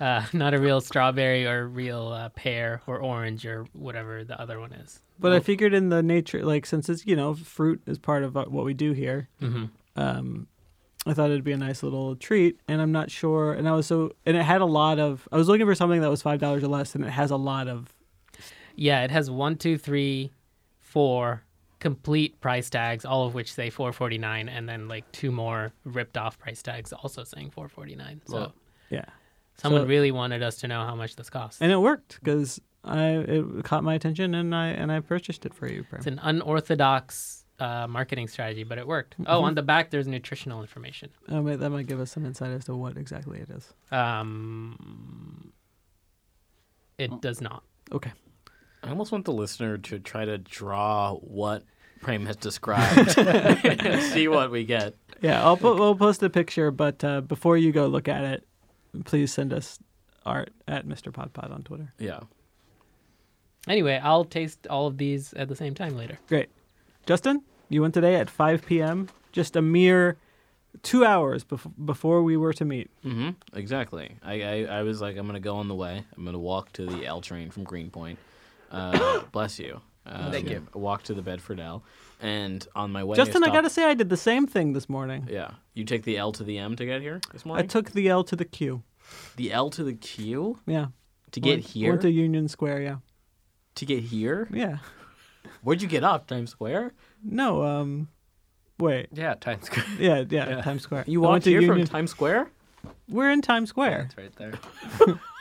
uh, not a real strawberry or real uh, pear or orange or whatever the other one is. But I figured in the nature, like since it's you know fruit is part of uh, what we do here, Mm-hmm. um, I thought it'd be a nice little treat. And I'm not sure. And I was so and it had a lot of. I was looking for something that was five dollars or less, and it has a lot of. Yeah, it has one, two, three, four complete price tags, all of which say four forty nine, and then like two more ripped off price tags also saying four forty nine. So Well, Yeah, someone so- really wanted us to know how much this costs. and it worked because I it caught my attention, and I and I purchased it for you. Prem. It's an unorthodox uh, marketing strategy, but it worked. Mm-hmm. Oh, on the back there's nutritional information. Um, that might give us some insight as to what exactly it is. Oh. Um, it does not. Okay. I almost want the listener to try to draw what Prem has described and see what we get. Yeah, I'll put we'll post a picture, but uh, before you go look at it, please send us art at Mr. Podpod on Twitter. Yeah. Anyway, I'll taste all of these at the same time later. Great. Justin, you went today at 5 p.m., just a mere two hours bef- before we were to meet. hmm Mm-hmm. Exactly. I, I, I was like, I'm gonna go on the way. I'm gonna walk to the L train from Greenpoint. Uh, bless you. Um, Thank you. Walk to the Bedford L, and on my way. Justin, I stopped- gotta say, I did the same thing this morning. Yeah, you take the L to the M to get here this I morning. took the L to the Q. the L to the Q Yeah. to get Went- here. Went To... to Union Square, yeah. get here. Yeah. Where'd you get up? Times Square. No, um, wait. yeah, Times Square. Yeah, yeah, Yeah. Times Square. You I went walked to here Union... from Times Square. We're in Times Square. It's right there.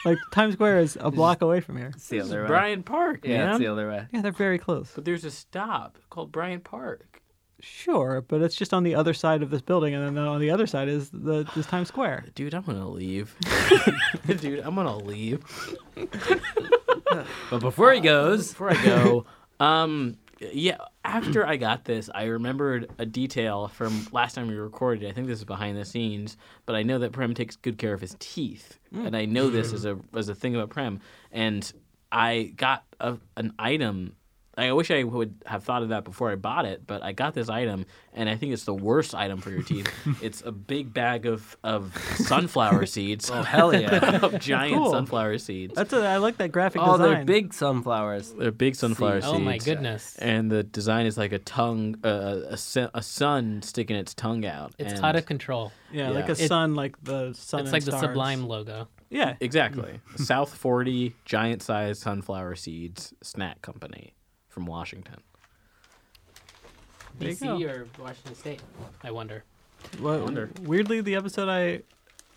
Like, Times Square is a block away from here. It's the This is other way. Bryant Park, Yeah, man. it's the other way. Yeah, they're very close. But there's a stop called Bryant Park. Sure, but it's just on the other side of this building, and then on the other side is the is Times Square. Dude, I'm gonna leave. Dude, I'm gonna leave. But before he goes, before I go, um, yeah, after I got this, I remembered a detail from last time we recorded. I think this is behind the scenes, but I know that Prem takes good care of his teeth, and I know this as a as a thing about Prem. And I got a, an item, I wish I would have thought of that before I bought it, but I got this item, and I think it's the worst item for your teeth. it's a big bag of, of sunflower seeds. oh, Hell yeah. of giant Cool. sunflower seeds. That's a, I like that graphic oh, design. they're big sunflowers. They're big sunflower seeds. Oh my goodness. And the design is like a tongue, uh, a, su- a sun sticking its tongue out. It's and- out of control. Yeah, like a Yeah. It- sun, like the sun. it's and like the stars. Sublime logo. Yeah, Exactly. South 40 giant sized sunflower seeds snack company from Washington. There you DC go. or Washington State? I wonder. Well, wonder. Weirdly, the episode I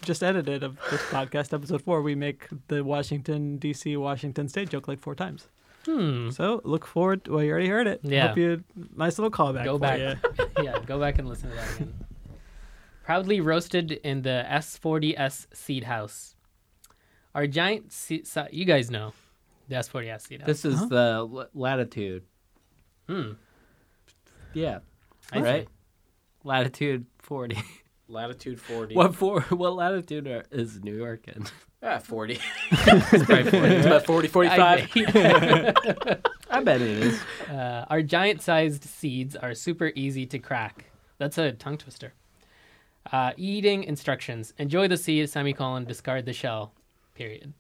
just edited of this podcast, episode four, we make the Washington D.C. Washington State joke like four times. Hmm. So look forward. well, you already heard it. Yeah. Hope you nice little callback. Go for back. ya. yeah, go back and listen to that again. Proudly roasted in the S40S seed house. Our giant seed, si- you guys know the S40S seed house. This is the la- latitude. Hmm. Yeah. I right? Latitude 40. Latitude 40. what for? What latitude are, is New York in? Ah, 40. it's probably 40. It's about 40, 45. I bet it is. Uh, our giant sized seeds are super easy to crack. That's a tongue twister. Uh, eating instructions enjoy the seed, semicolon, discard the shell, period.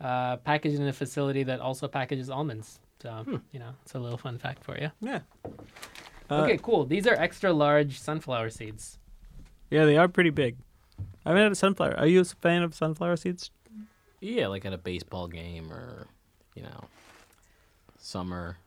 Uh, packaged in a facility that also packages almonds. So, you know, it's a little fun fact for you. Yeah. Uh, okay, cool. These are extra large sunflower seeds. Yeah, they are pretty big. I mean, sunflower. Are you a fan of sunflower seeds? Yeah, like at a baseball game or, you know, summer.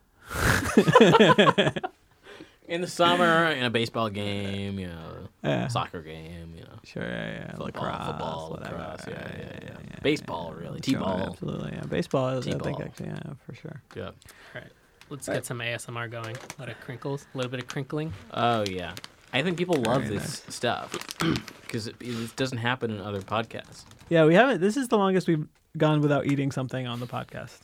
in the summer, in a baseball game, you know, Yeah. soccer game, you know. Sure. Yeah. yeah. Football, Lacrosse. football, whatever. lacrosse, yeah, yeah, yeah. yeah, Baseball, really, Sure, t-ball. Absolutely. Yeah. Baseball. Is, I think T-ball. actually, yeah, for sure. Yeah. Let's get some ASMR going. A lot of crinkles, a little bit of crinkling. Oh yeah, I think people love Very this stuff because it, it doesn't happen in other podcasts. Yeah, we haven't. This is the longest we've gone without eating something on the podcast.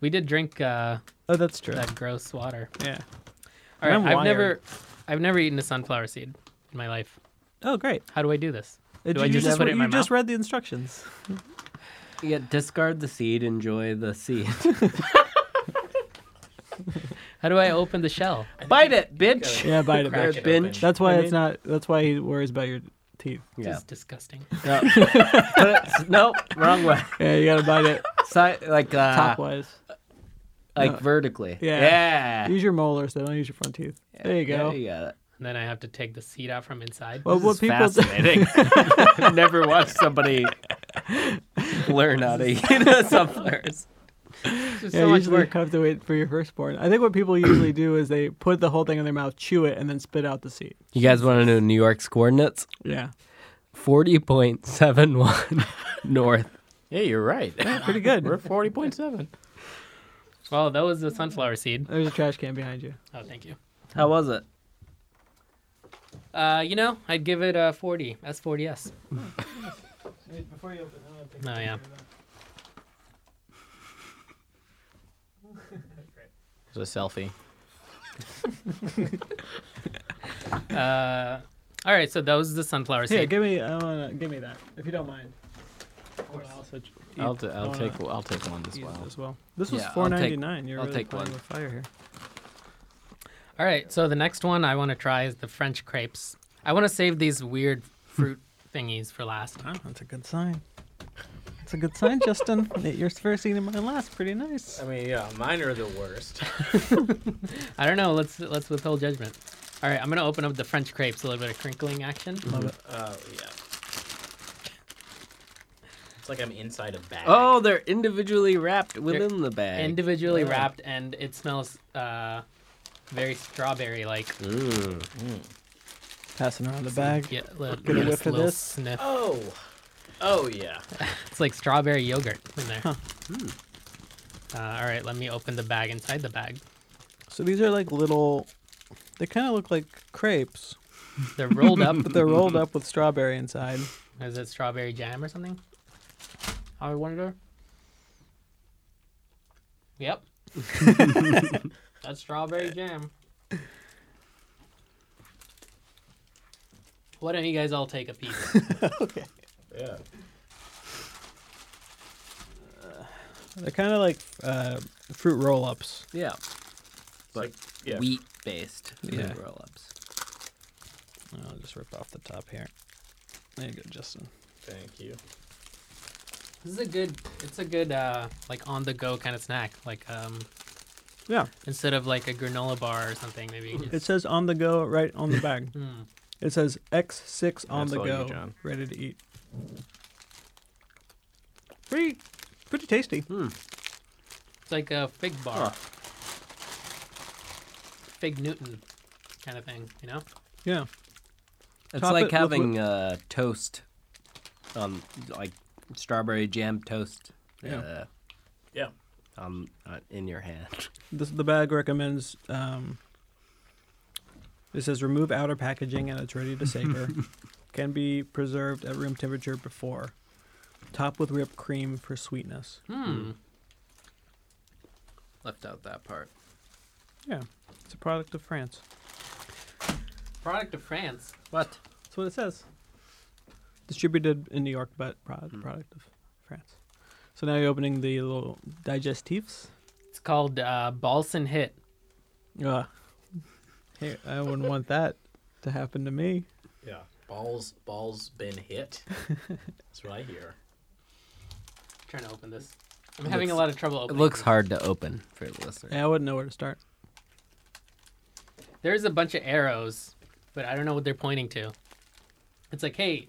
We did drink uh, Oh, that's true. that gross water. yeah. All right, I'm I've wired. never, I've never eaten a sunflower seed in my life. Oh, great. How do I do this? Uh, Do I you just just, put it in you my just mouth? read the instructions. Yeah, discard the seed, enjoy the seed. How do I open the shell? Bite it, bitch! Yeah, bite it. Crack bitch. Bitch. it open. Binge. That's why I it's not. That's why he worries about your teeth. This Yeah. is disgusting. No. Put it- nope, wrong way. Yeah, you gotta bite it Side, like uh, top wise. like vertically. Yeah. Yeah. Use your molars. They don't use your front teeth. There you go. Yeah, you got it. And then I have to take the seed out from inside. Well, what This is people fascinating. I've never watched somebody learn how to eat a sunflower. This is yeah, so much usually work. you have to wait for your firstborn. I think what people usually do is they put the whole thing in their mouth, chew it, and then spit out the seed. You guys want to know New York's coordinates? Yeah, 40.71 north. Yeah, you're right. pretty good. We're forty point seven. Well, that was the sunflower seed. There's a trash can behind you. Oh, thank you. How was it? Uh, you know, I'd give it a 40. S40S. Before you open, a Oh, yeah. picture It was a selfie. Uh, all right, so that was the sunflower Here, seed. give me. I wanna give me that if you don't mind. Or I'll switch- I'll, eat- t- I I'll wanna take I'll take one as eat well. it as well. This was Yeah, I'll four take- ninety nine. You're I'll really take playing one. with fire here. All right, so the next one I want to try is the French crepes. I want to save these weird fruit thingies for last. That's a good sign. That's a good sign, Justin. That Your first eating mine last. Pretty nice. mean, yeah, mine are the worst. I don't know. Let's let's withhold judgment. All right, I'm gonna open up the French crepes. A little bit of crinkling action. Love it. Oh yeah. It's like I'm inside a bag. Oh, they're individually wrapped within the bag. Individually wrapped, and it smells uh, very strawberry like. Mm-hmm. Mm. Passing around the bag. Yeah, little, Get a just whiff of little this. sniff. Oh. Oh yeah. It's like strawberry yogurt in there. Uh, all right, let me open the bag inside the bag. So these are like little. They kind of look like crepes, They're rolled Um, up. but they're rolled up with strawberry inside. Is it strawberry jam or something? I wonder. Yep. That's strawberry jam. Why don't you guys all take a piece? Yeah. They're kind of like uh, fruit roll ups. Yeah. But yeah. Wheat based Yeah. roll ups. I'll just rip off the top here. There you go, Justin. Thank you. This is a good. It's a good uh, like on the go kind of snack. Like um, Yeah, instead of like a granola bar or something, maybe you just it says on the go right on the bag. Mm. It says X6 on That's the all you, go, John. ready to eat. Pretty, pretty tasty. it's like a fig bar, Huh. fig Newton kind of thing. You know, Yeah, It's Top like it with having uh, toast, um, like strawberry jam toast. Yeah. Uh, Yeah. um, uh, in your hand. this the bag recommends. Um, it says remove outer packaging and it's ready to savor. Can be preserved at room temperature before. Top with whipped cream for sweetness. Hmm, Hmm. Left out that part. Yeah, it's a product of France. product of France. What? That's what it says. Distributed in New York, but Hmm. product, product of France. So now you're opening the little digestives. It's called uh, Balsan Hit. Uh, hey, I wouldn't want that to happen to me. Yeah. Balls balls been hit. That's what I hear. trying to open this. I'm It having looks- a lot of trouble It opening. looks this. hard to open for the listener. Yeah, I wouldn't know where to start. There's a bunch of arrows, but I don't know what they're pointing to. It's like, hey,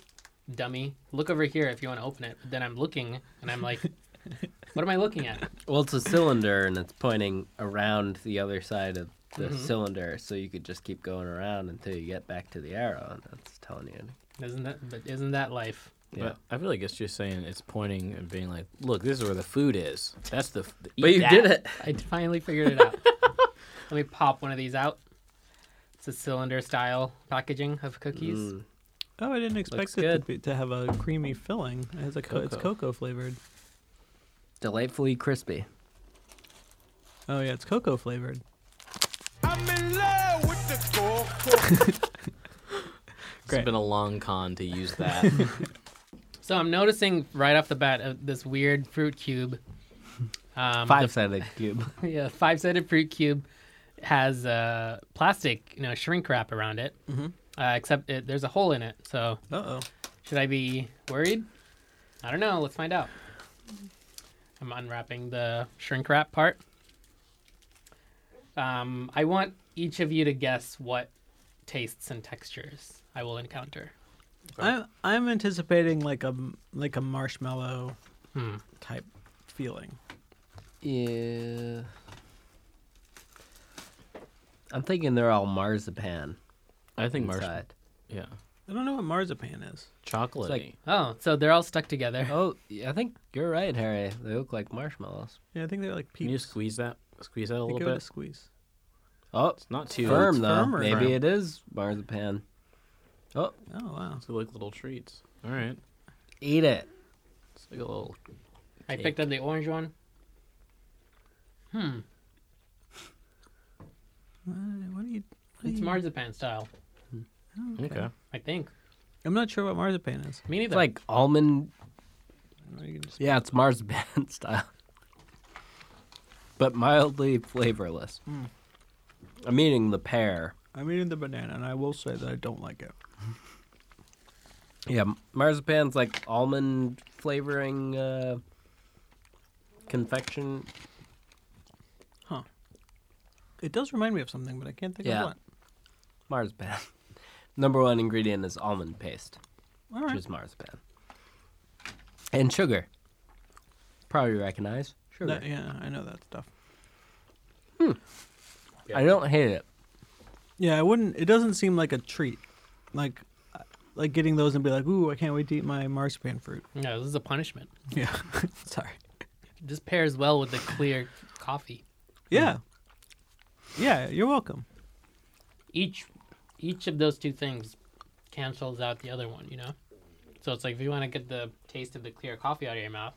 dummy, look over here if you want to open it. But then I'm looking, and I'm like, what am I looking at? Well, it's a cylinder and it's pointing around the other side of the Mhm. cylinder, so you could just keep going around until you get back to the arrow, and that's telling you. Isn't that? But isn't that life? Yeah. But I feel like it's just saying it's pointing and being like, look, this is where the food is. That's the. f- eat But you that. did it. I finally figured it out. Let me pop one of these out. It's a cylinder style packaging of cookies. Mm. Oh, I didn't expect Looks it to, good. be, to have a creamy filling. It has a co- it's Cocoa. cocoa flavored. Delightfully crispy. Oh yeah, it's cocoa flavored. I'm in love with the cocoa. Great. It's been a long con to use that. So I'm noticing right off the bat uh, this weird fruit cube. Um, Five sided cube. the- yeah, five-sided fruit cube has uh, plastic, you know, shrink wrap around it. Mm-hmm. Uh, except it, there's a hole in it. So Uh oh. should I be worried? I don't know. Let's find out. I'm unwrapping the shrink wrap part. Um, I want each of you to guess what tastes and textures I will encounter. I'm I'm anticipating like a like a marshmallow Hmm. type feeling. yeah. I'm thinking they're all marzipan. I think marshmallow. inside. Yeah. I don't know what marzipan is. Chocolatey. like- Oh, so they're all stuck together. Oh, yeah, I think you're right, Harry. They look like marshmallows. Yeah, I think they're like Can you peeps. squeeze that? Squeeze that a They little go to bit. squeeze. Oh, It's not too firm it's though. firm or Maybe firm? it is marzipan. Oh, Oh wow. It's like little treats. All right. eat it. It's like a little. I picked up the orange one. Hmm. What what do you? what do It's you- marzipan style, Okay. I think. I'm not sure what marzipan is. Me It's neither. like almond Or you can just- Yeah, it's marzipan style, but mildly flavorless. Mm. I'm eating the pear. I'm eating the banana, and I will say that I don't like it. Yeah, marzipan's like almond flavoring uh, confection. It does remind me of something, but I can't think Yeah. of Marzipan. Number one ingredient is almond paste, what. All which right. is marzipan, and sugar. Probably recognize sugar. That- yeah, I know that stuff. I don't hate it. Yeah, I wouldn't. It doesn't seem like a treat, like uh, like getting those and be like, "Ooh, I can't wait to eat my marzipan fruit." no, this is a punishment. Yeah, sorry. This pairs well with the clear coffee. Yeah, yeah. You're welcome. Each each of those two things cancels out the other one, you know? So it's like if you want to get the taste of the clear coffee out of your mouth,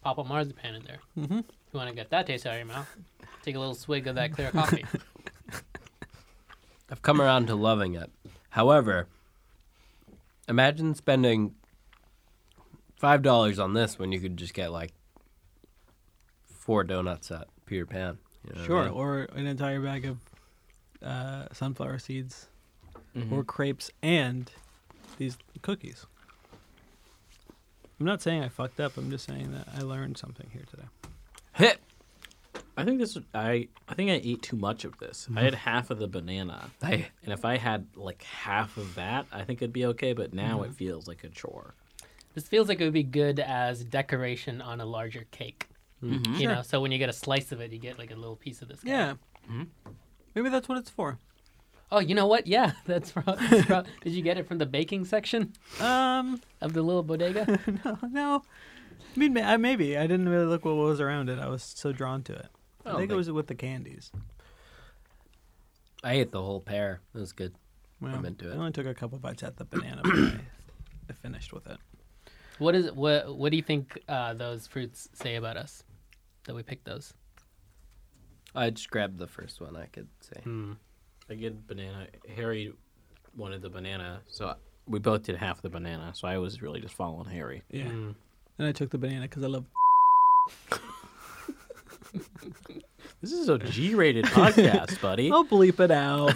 pop a marzipan in there. Mm-hmm. If you want to get that taste out of your mouth, take a little swig of that clear coffee. I've come around to loving it. However, imagine spending five dollars on this when you could just get like four donuts at Peter Pan. you know what I Sure, mean? or an entire bag of uh, sunflower seeds, Mm-hmm. or crepes, and these cookies. I'm not saying I fucked up. I'm just saying that I learned something here today. Heh. I think this. I I think I ate too much of this. I had half of the banana, I, and if I had like half of that, I think it'd be okay. But now it feels like a chore. This feels like it would be good as decoration on a larger cake. You know, so when you get a slice of it, you get like a little piece of this. guy. Yeah, Mm-hmm. maybe that's what it's for. Oh, you know what? Yeah, that's from. That's from did you get it from the baking section Um, of the little bodega? no, no. I mean, ma- I- maybe I didn't really look what was around it. I was so drawn to it. I, don't think, it think- was with the candies. I ate the whole pear. It was good. Well, I'm into it. I only took a couple bites at the banana, but I, I finished with it. what is what? What do you think uh, those fruits say about us? That we picked those. I just grabbed the first one I could say. I get banana. Harry wanted the banana, so we both did half the banana. So I was really just following Harry. Yeah, and I took the banana because I love. This is a G-rated podcast, buddy. I'll bleep it out.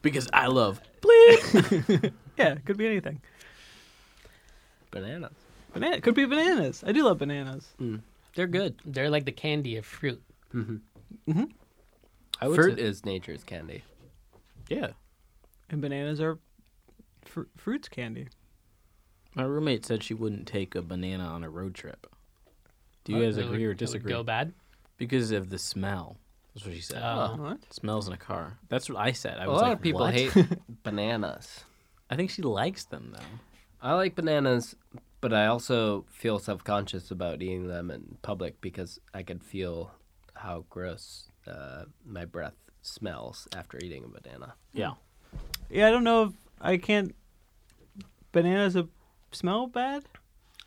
Because I love. yeah, it could be anything. Bananas. Banana it could be bananas. I do love bananas. Mm. They're good. They're like the candy of fruit. I would Fruit say- is nature's candy. Yeah. And bananas are fr- fruits candy. My roommate said she wouldn't take a banana on a road trip. Do you guys That would- agree or that would disagree? Go bad. Because of the smell. That's what she said. Oh. What? Smells in a car. That's what I said. I A was lot like, of people "What?" hate bananas. I think she likes them though. I like bananas, but I also feel self conscious about eating them in public because I could feel how gross uh, my breath smells after eating a banana. Yeah. Yeah, I don't know if I can't. Bananas a- smell bad.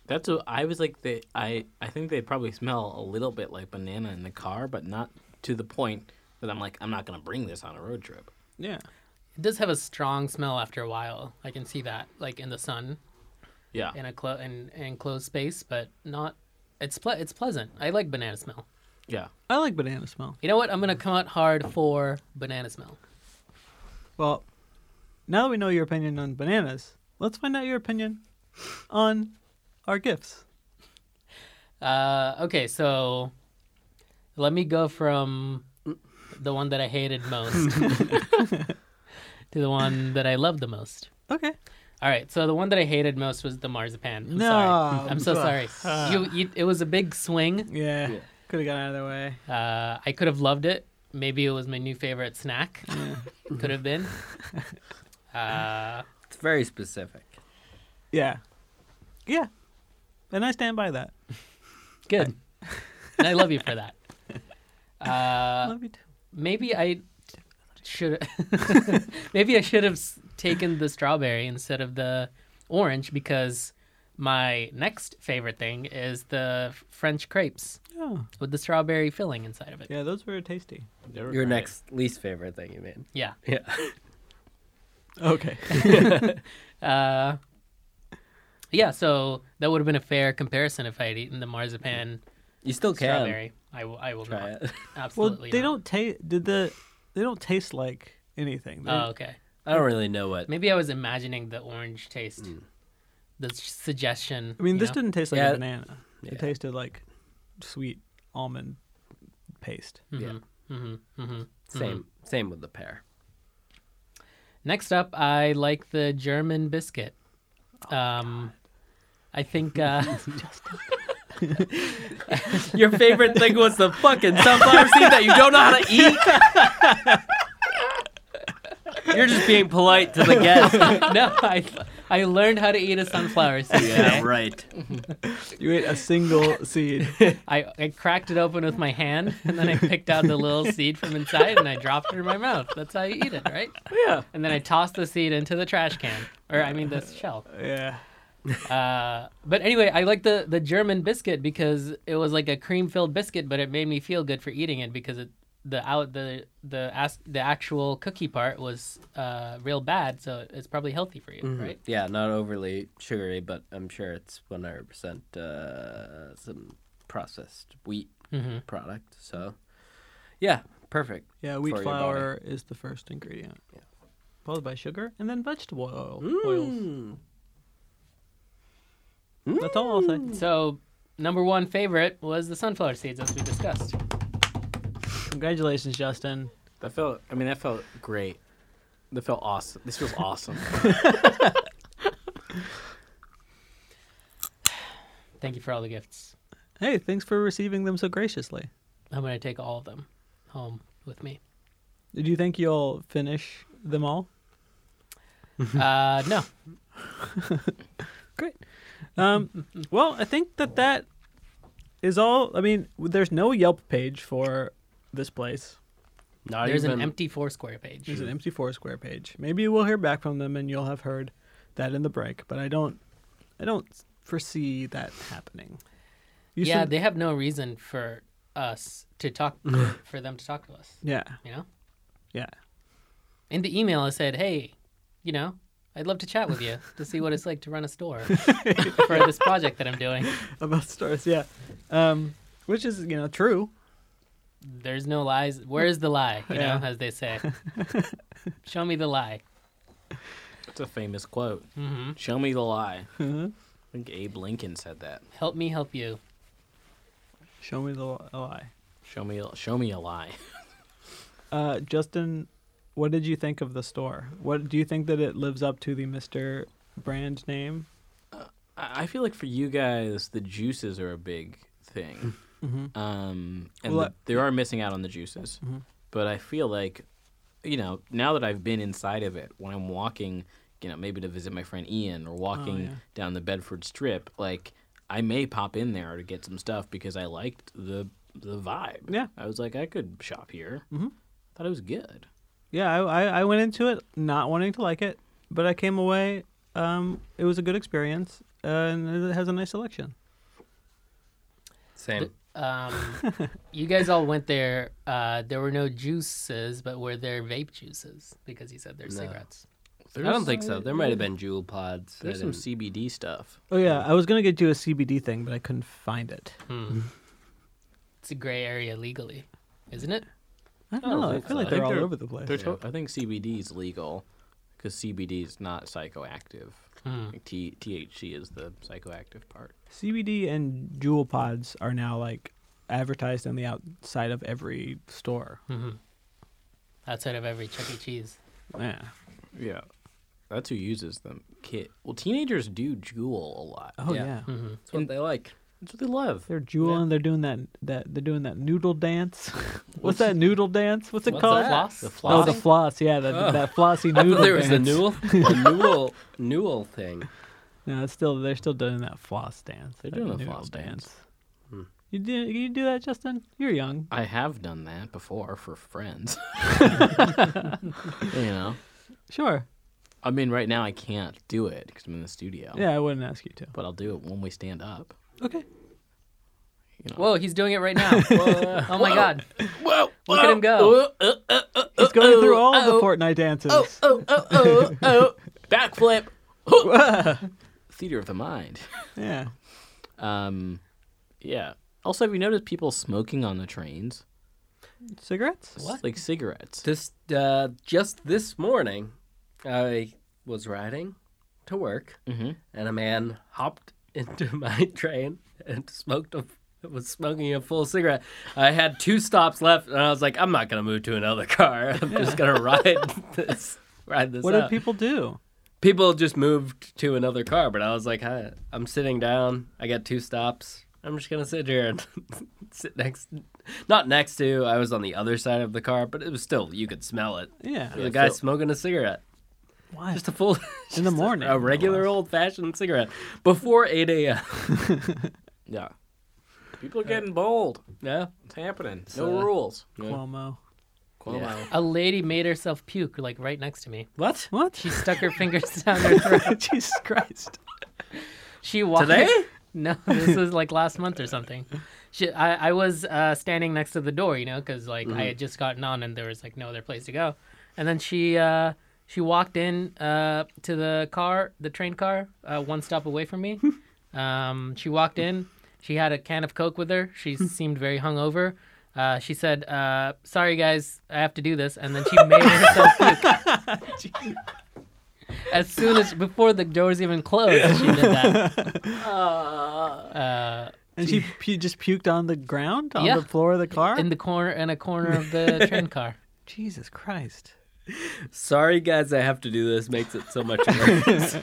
That's what I was like. They, I, I think they probably smell a little bit like banana in the car, but not to the point that I'm like, I'm not gonna bring this on a road trip. Yeah. It does have a strong smell after a while. I can see that, like in the sun, Yeah. in a clo- in, in enclosed space, but not. It's ple- it's pleasant. I like banana smell. Yeah. I like banana smell. You know what? I'm gonna come out hard for banana smell. Well, now that we know your opinion on bananas, let's find out your opinion on our gifts. Uh, okay, so let me go from the one that I hated most to the one that I loved the most. Okay. All right, so the one that I hated most was the marzipan. I'm No. sorry. I'm so sorry. Ah. You, you, it was a big swing. Yeah. Could have got out of the way. Uh, I could have loved it. Maybe it was my new favorite snack. could have been. Uh, It's very specific. Yeah. Yeah. And I stand by that. good. and I love you for that. Uh, Love you too. maybe I should maybe I should have s- taken the strawberry instead of the orange because my next favorite thing is the French crepes Oh. with the strawberry filling inside of it. Yeah. Yeah, those were tasty. Never Your tried it. next least favorite thing you made. Yeah. Okay. Uh, yeah, so that would have been a fair comparison if I had eaten the marzipan You still can. strawberry. I will. I will Try it. not. Well, Absolutely. they not. don't taste. Did the they don't taste like anything. They- Oh, okay. I don't really know what. Maybe I was imagining the orange taste, the s- Mm. suggestion. I mean, you this know? didn't taste like Yeah. a banana. Yeah. It tasted like sweet almond paste. Yeah. Mhm, mhm. Same. Same with the pear. Next up, I like the German biscuit. Um, I think uh, Your favorite thing was the fucking sunflower seed that you don't know how to eat. You're just being polite to the guest. no, I I learned how to eat a sunflower seed. yeah, right. You ate a single seed. I, I cracked it open with my hand, and then I picked out the little seed from inside, and I dropped it in my mouth. That's how you eat it, right? Yeah. And then I tossed the seed into the trash can, or I mean the shell. Yeah. Uh, but anyway, I like the the German biscuit because it was like a cream filled biscuit, but it made me feel good for eating it because it the out the the as, the actual cookie part was uh, real bad, so it's probably healthy for you, Mm-hmm. Hmm. right? Yeah, not overly sugary, but I'm sure it's 100% uh, some processed wheat product. So, yeah, perfect. Mm-hmm. Yeah, wheat for your body. flour is the first ingredient. Yeah. Followed by sugar and then vegetable oil. Oils. Mm. That's all I'll say. So, number one favorite was the sunflower seeds, as we discussed. Congratulations, Justin. That felt. I mean, that felt great. That felt awesome. This feels awesome. Thank you for all the gifts. Hey, thanks for receiving them so graciously. I'm going to take all of them home with me. Do you think you'll finish them all? Uh, no. Great. Um, well, I think that that is all. I mean, there's no Yelp page for this place. Not There's an even- empty Foursquare page. There's an empty Foursquare page. Maybe we'll hear back from them, and you'll have heard that in the break. But I don't, I don't foresee that happening. You yeah, said- they have no reason for us to talk, for them to talk to us, yeah, you know? yeah. In the email, I said, hey, you know, I'd love to chat with you to see what it's like to run a store for this project that I'm doing. About stars, yeah. Um, which is you know true. There's no lies. Where is the lie? You Yeah. know, as they say. Show me the lie. It's a famous quote. Mm-hmm. Show me the lie. I think Abe Lincoln said that. Help me help you. Show me the li- a lie. Show me, show me a lie. Uh, Justin, what did you think of the store? What do you think that it lives up to the Mister brand name? I I feel like for you guys, the juices are a big thing, um, and Mm-hmm. Well, Mm-hmm. the- they are missing out on the juices. But I feel like, you know, now that I've been inside of it, when I'm walking, you know, maybe to visit my friend Ian or walking Oh, yeah. down the Bedford Strip, like I may pop in there to get some stuff because I liked the the vibe. Yeah. I was like, I could shop here. Mm-hmm. Thought it was good. Yeah, I, I, I went into it not wanting to like it, but I came away. Um, it was a good experience, uh, and it has a nice selection. Same. Um, you guys all went there. Uh, there were no juices, but were there vape juices? Because you said there's No. cigarettes. I don't think so. There might have been jewel pods. I There's some didn't- CBD stuff. Oh yeah, I was gonna get you a CBD thing, but I couldn't find it. Hmm. It's a gray area legally, isn't it? I don't know. I think so. feel like Oh, I they're think all they're- over the place. They're to- I think CBD is legal because CBD is not psychoactive. Hmm. Like, T- THC is the psychoactive part. CBD and jewel pods are now like advertised on the outside of every store. Outside of every Chuck E. Cheese. Yeah. Yeah, that's who uses them. Kid, well, teenagers do jewel a lot. Oh yeah. Yeah. Hmm. That's what they like. That's what they love. They're jeweling. They're doing that. That they're doing that noodle dance. What's that noodle dance? What's it What's called? that? Floss? The Oh, floss. the floss. Yeah, that that flossy I noodle. thought there was a dance. newel, a newel, newel thing. No, it's still they're still doing that floss dance. They're that doing the noodle floss dance. Hmm. You do you do that, Justin? You're young. I have done that before for friends. you know, Sure. I mean, right now I can't do it because I'm in the studio. Yeah, I wouldn't ask you to. but I'll do it when we stand up. Okay. Whoa, he's doing it right now. oh my God. Whoa! Look at him go. He's going through all the Fortnite dances. oh, oh, oh, oh, backflip. Theater of the mind. Yeah. Um, yeah. Also, have you noticed people smoking on the trains? Cigarettes? S- Like cigarettes. Just, uh, just this morning, I was riding to work, Mm-hmm. and a man hopped into my train and smoked a was smoking a full cigarette. I had two stops left, and I was like, "I'm not gonna move to another car. I'm just gonna ride this, ride this." What out." did people do? people just moved to another car, but I was like, Hi, I'm sitting down. I got two stops. I'm just gonna sit here and sit next, not next to. I was on the other side of the car, but it was still you could smell it. Yeah. the guy smoking a cigarette, Why? just a full In the just a- morning, a, regular old fashioned cigarette before eight a.m. Yeah. People are getting bold. yeah, It's uh, happening. So- no rules. Cuomo. Cuomo. Yeah. A lady made herself puke, like right next to me. what What? She stuck her fingers down her throat. Jesus Christ. She walked. today? No, this was like last month or something. She, I, I was uh, standing next to the door, you know, because like I had just gotten on and there was like no other place to go. And then she uh, she walked in uh, to the car, the train car, uh, one stop away from me. um, she walked in She had a can of Coke with her. She seemed very hungover. Uh, she said, uh, "Sorry guys, I have to do this," and then she made herself puke. as soon as before the doors even closed, she did that. Uh, And she pu- just puked on the ground on Yeah. the floor of the car. in the corner, in a corner of the train car. Jesus Christ. Sorry, guys, I have to do this. Makes it so much worse.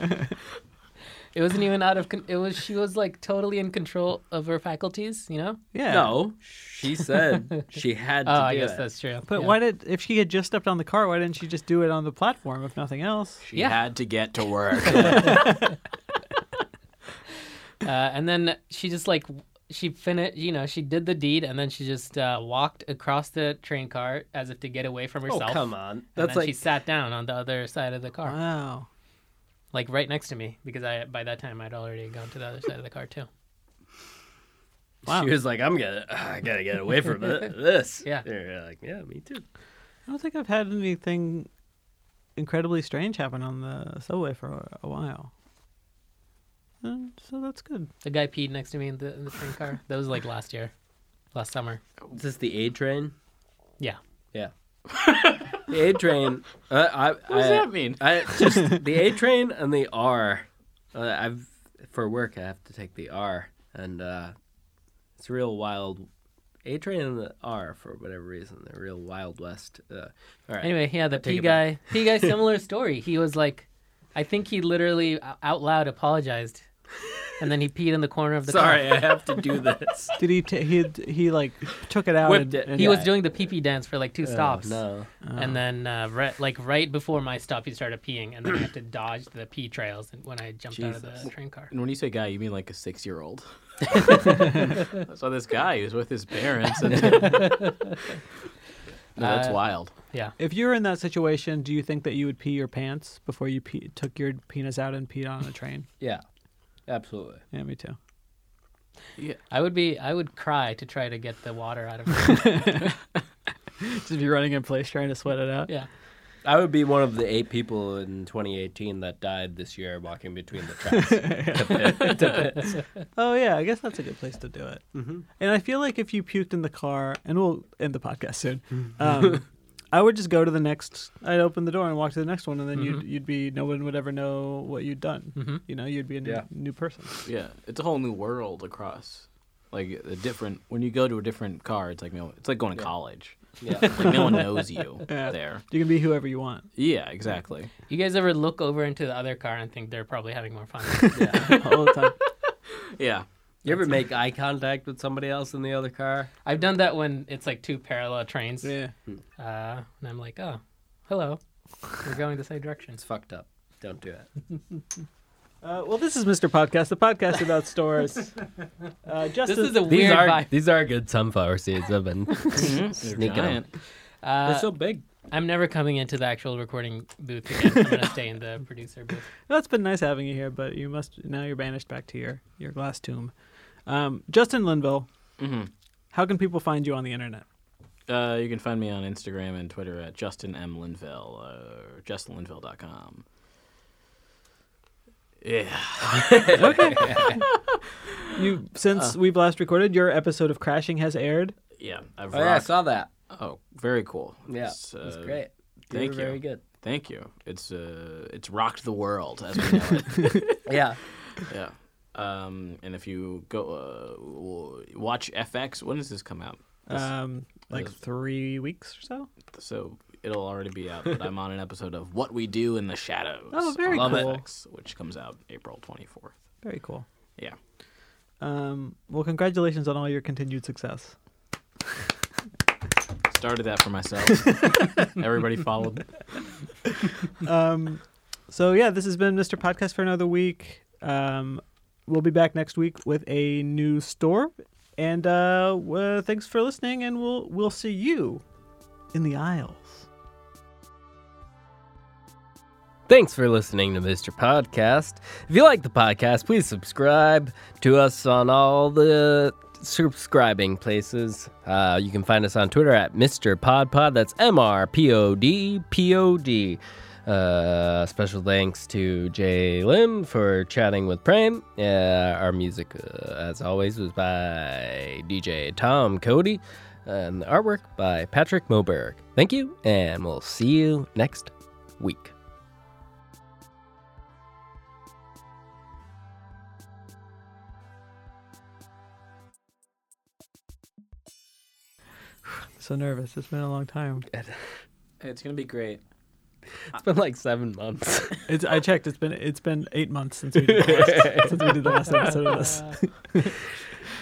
It wasn't even out of. Con- it was. She was like totally in control of her faculties. You know. Yeah. no, she said she had to Oh, do I guess it. that's true. But Yeah. why did if she had just stepped on the car, why didn't she just do it on the platform if nothing else? She Yeah. had to get to work. Uh, and then she just like w- she finished. You know, she did the deed, and then she just uh, walked across the train car as if to get away from Oh, herself. come on. And That's then like she sat down on the other side of the car, Wow. like right next to me, because I by that time I'd already gone to the other side of the car too. Wow. She was like, "I'm gonna, ah, I gotta get away from it, this." Yeah. And you're like, "Yeah, me too." I don't think I've had anything incredibly strange happen on the subway for a while. Uh, so that's good. The guy peed next to me in the, in the train car. That was like last year, last summer. Is this the A train? Yeah. Yeah. the A train. Uh, I, what does that mean? I just the A train and the R. Uh, I've for work I have to take the R, and uh, it's real wild. A train and the R for whatever reason they're real wild west. Uh, all right. Anyway, yeah, the Take P it back. guy. P guy, similar story. He was like, I think he literally o- out loud apologized, and then he peed in the corner of the car. Sorry, I have to do this. Did he? T- he he like took it out. and, Whipped it. and- He was Yeah. doing the pee pee dance for like two stops. Oh, And then, uh, ri- like right before my stop, he started peeing, and then I had to dodge the pee trails and- when I jumped out of the Jesus. train car. And when you say guy, you mean like a six year old. so this guy is with his parents. And... no, that's Uh, wild. Yeah, If you were in that situation, do you think that you would pee your pants before you pee- took your penis out and peed on a train? no. Yeah. Absolutely. Yeah, me too. I would be, I would cry to try to get the water out of. it. Just be running in place trying to sweat it out. yeah, I would be one of the eight people in 2018 that died this year walking between the tracks. Oh yeah, I guess that's a good place to do it. Mm-hmm. And I feel like if you puked in the car, and we'll end the podcast soon, um, I would just go to the next. I'd open the door and walk to the next one, and then you'd you'd be no one would ever know what you'd done. You know, you'd be a new, Yeah. new person. Yeah, it's a whole new world across. Like a different. When you go to a different car, it's like no. It's like going to college. yeah. Like no one knows you Yeah. there. You can be whoever you want. Yeah, exactly. you guys ever look over into the other car and think they're probably having more fun? all the time. Yeah. You ever make eye contact with somebody else in the other car? I've done that when it's like two parallel trains, uh, Yeah. and I'm like, oh, hello, we're going the same direction. It's fucked up. Don't do it. Uh, well, this is Mr. Podcast, the podcast about stores. Uh, This Justin, is a weird vibe. these are good sunflower seeds. I've been Mm-hmm. sneaking Giant. Uh, They're so big. I'm never coming into the actual recording booth again. I'm gonna stay in the producer booth. That's been nice having you here, but you must now you're banished back to your your glass tomb. Um, Justin Linville, Mhm. how can people find you on the internet? Uh, you can find me on Instagram and Twitter at Justin M. uh, Linville or justinlinville.com. Yeah. You since we've last recorded, your episode of Crashing has aired. Yeah. I've Oh, yeah, I rocked- saw that. oh, very cool. Yeah, It's, that's uh, great. They thank were you. Very good. Thank you. It's uh, it's rocked the world as we know it. Yeah. yeah. Um, and if you go uh, w- watch FX, when does this come out? Uh, This- Um, like this- three weeks or so. so it'll already be out. But I'm on an episode of What We Do in the Shadows. Oh, very on cool. FX, which comes out April 24th. Very cool. Yeah. Um, well, congratulations on all your continued success. Started that for myself. Everybody followed. um, so yeah, this has been Mr. Podcast for another week. Um, we'll be back next week with a new store, and uh, well, thanks for listening. And we'll we'll see you in the aisles. Thanks for listening to Mr. Podcast. If you like the podcast, please subscribe to us on all the subscribing places. Uh, you can find us on Twitter at Mr. Pod Pod. That's M R P O D P O D. Uh, special thanks to Jay Lim for chatting with Prem. Uh, our music, uh, as always, was by DJ Tom Cody, and the artwork by Patrick Moberg. Thank you, and we'll see you next week. so nervous. It's been a long time. It's gonna be great. It's been like seven months. It's, I checked. It's been it's been eight months since we did the last, since we did the last episode of this.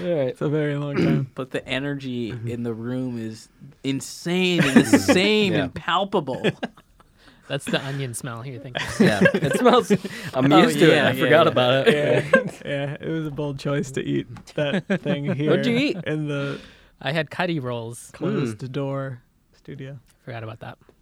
All right. It's a very long time. But the energy in the room is insane and the same Yeah. and palpable. That's the onion smell here. Thank you. Yeah, it smells. I'm Oh, used to it. yeah, yeah, I forgot yeah. about it. Yeah, yeah. It was a bold choice to eat that thing here. What'd you eat? in the I had cutty rolls. closed door studio? Forgot about that.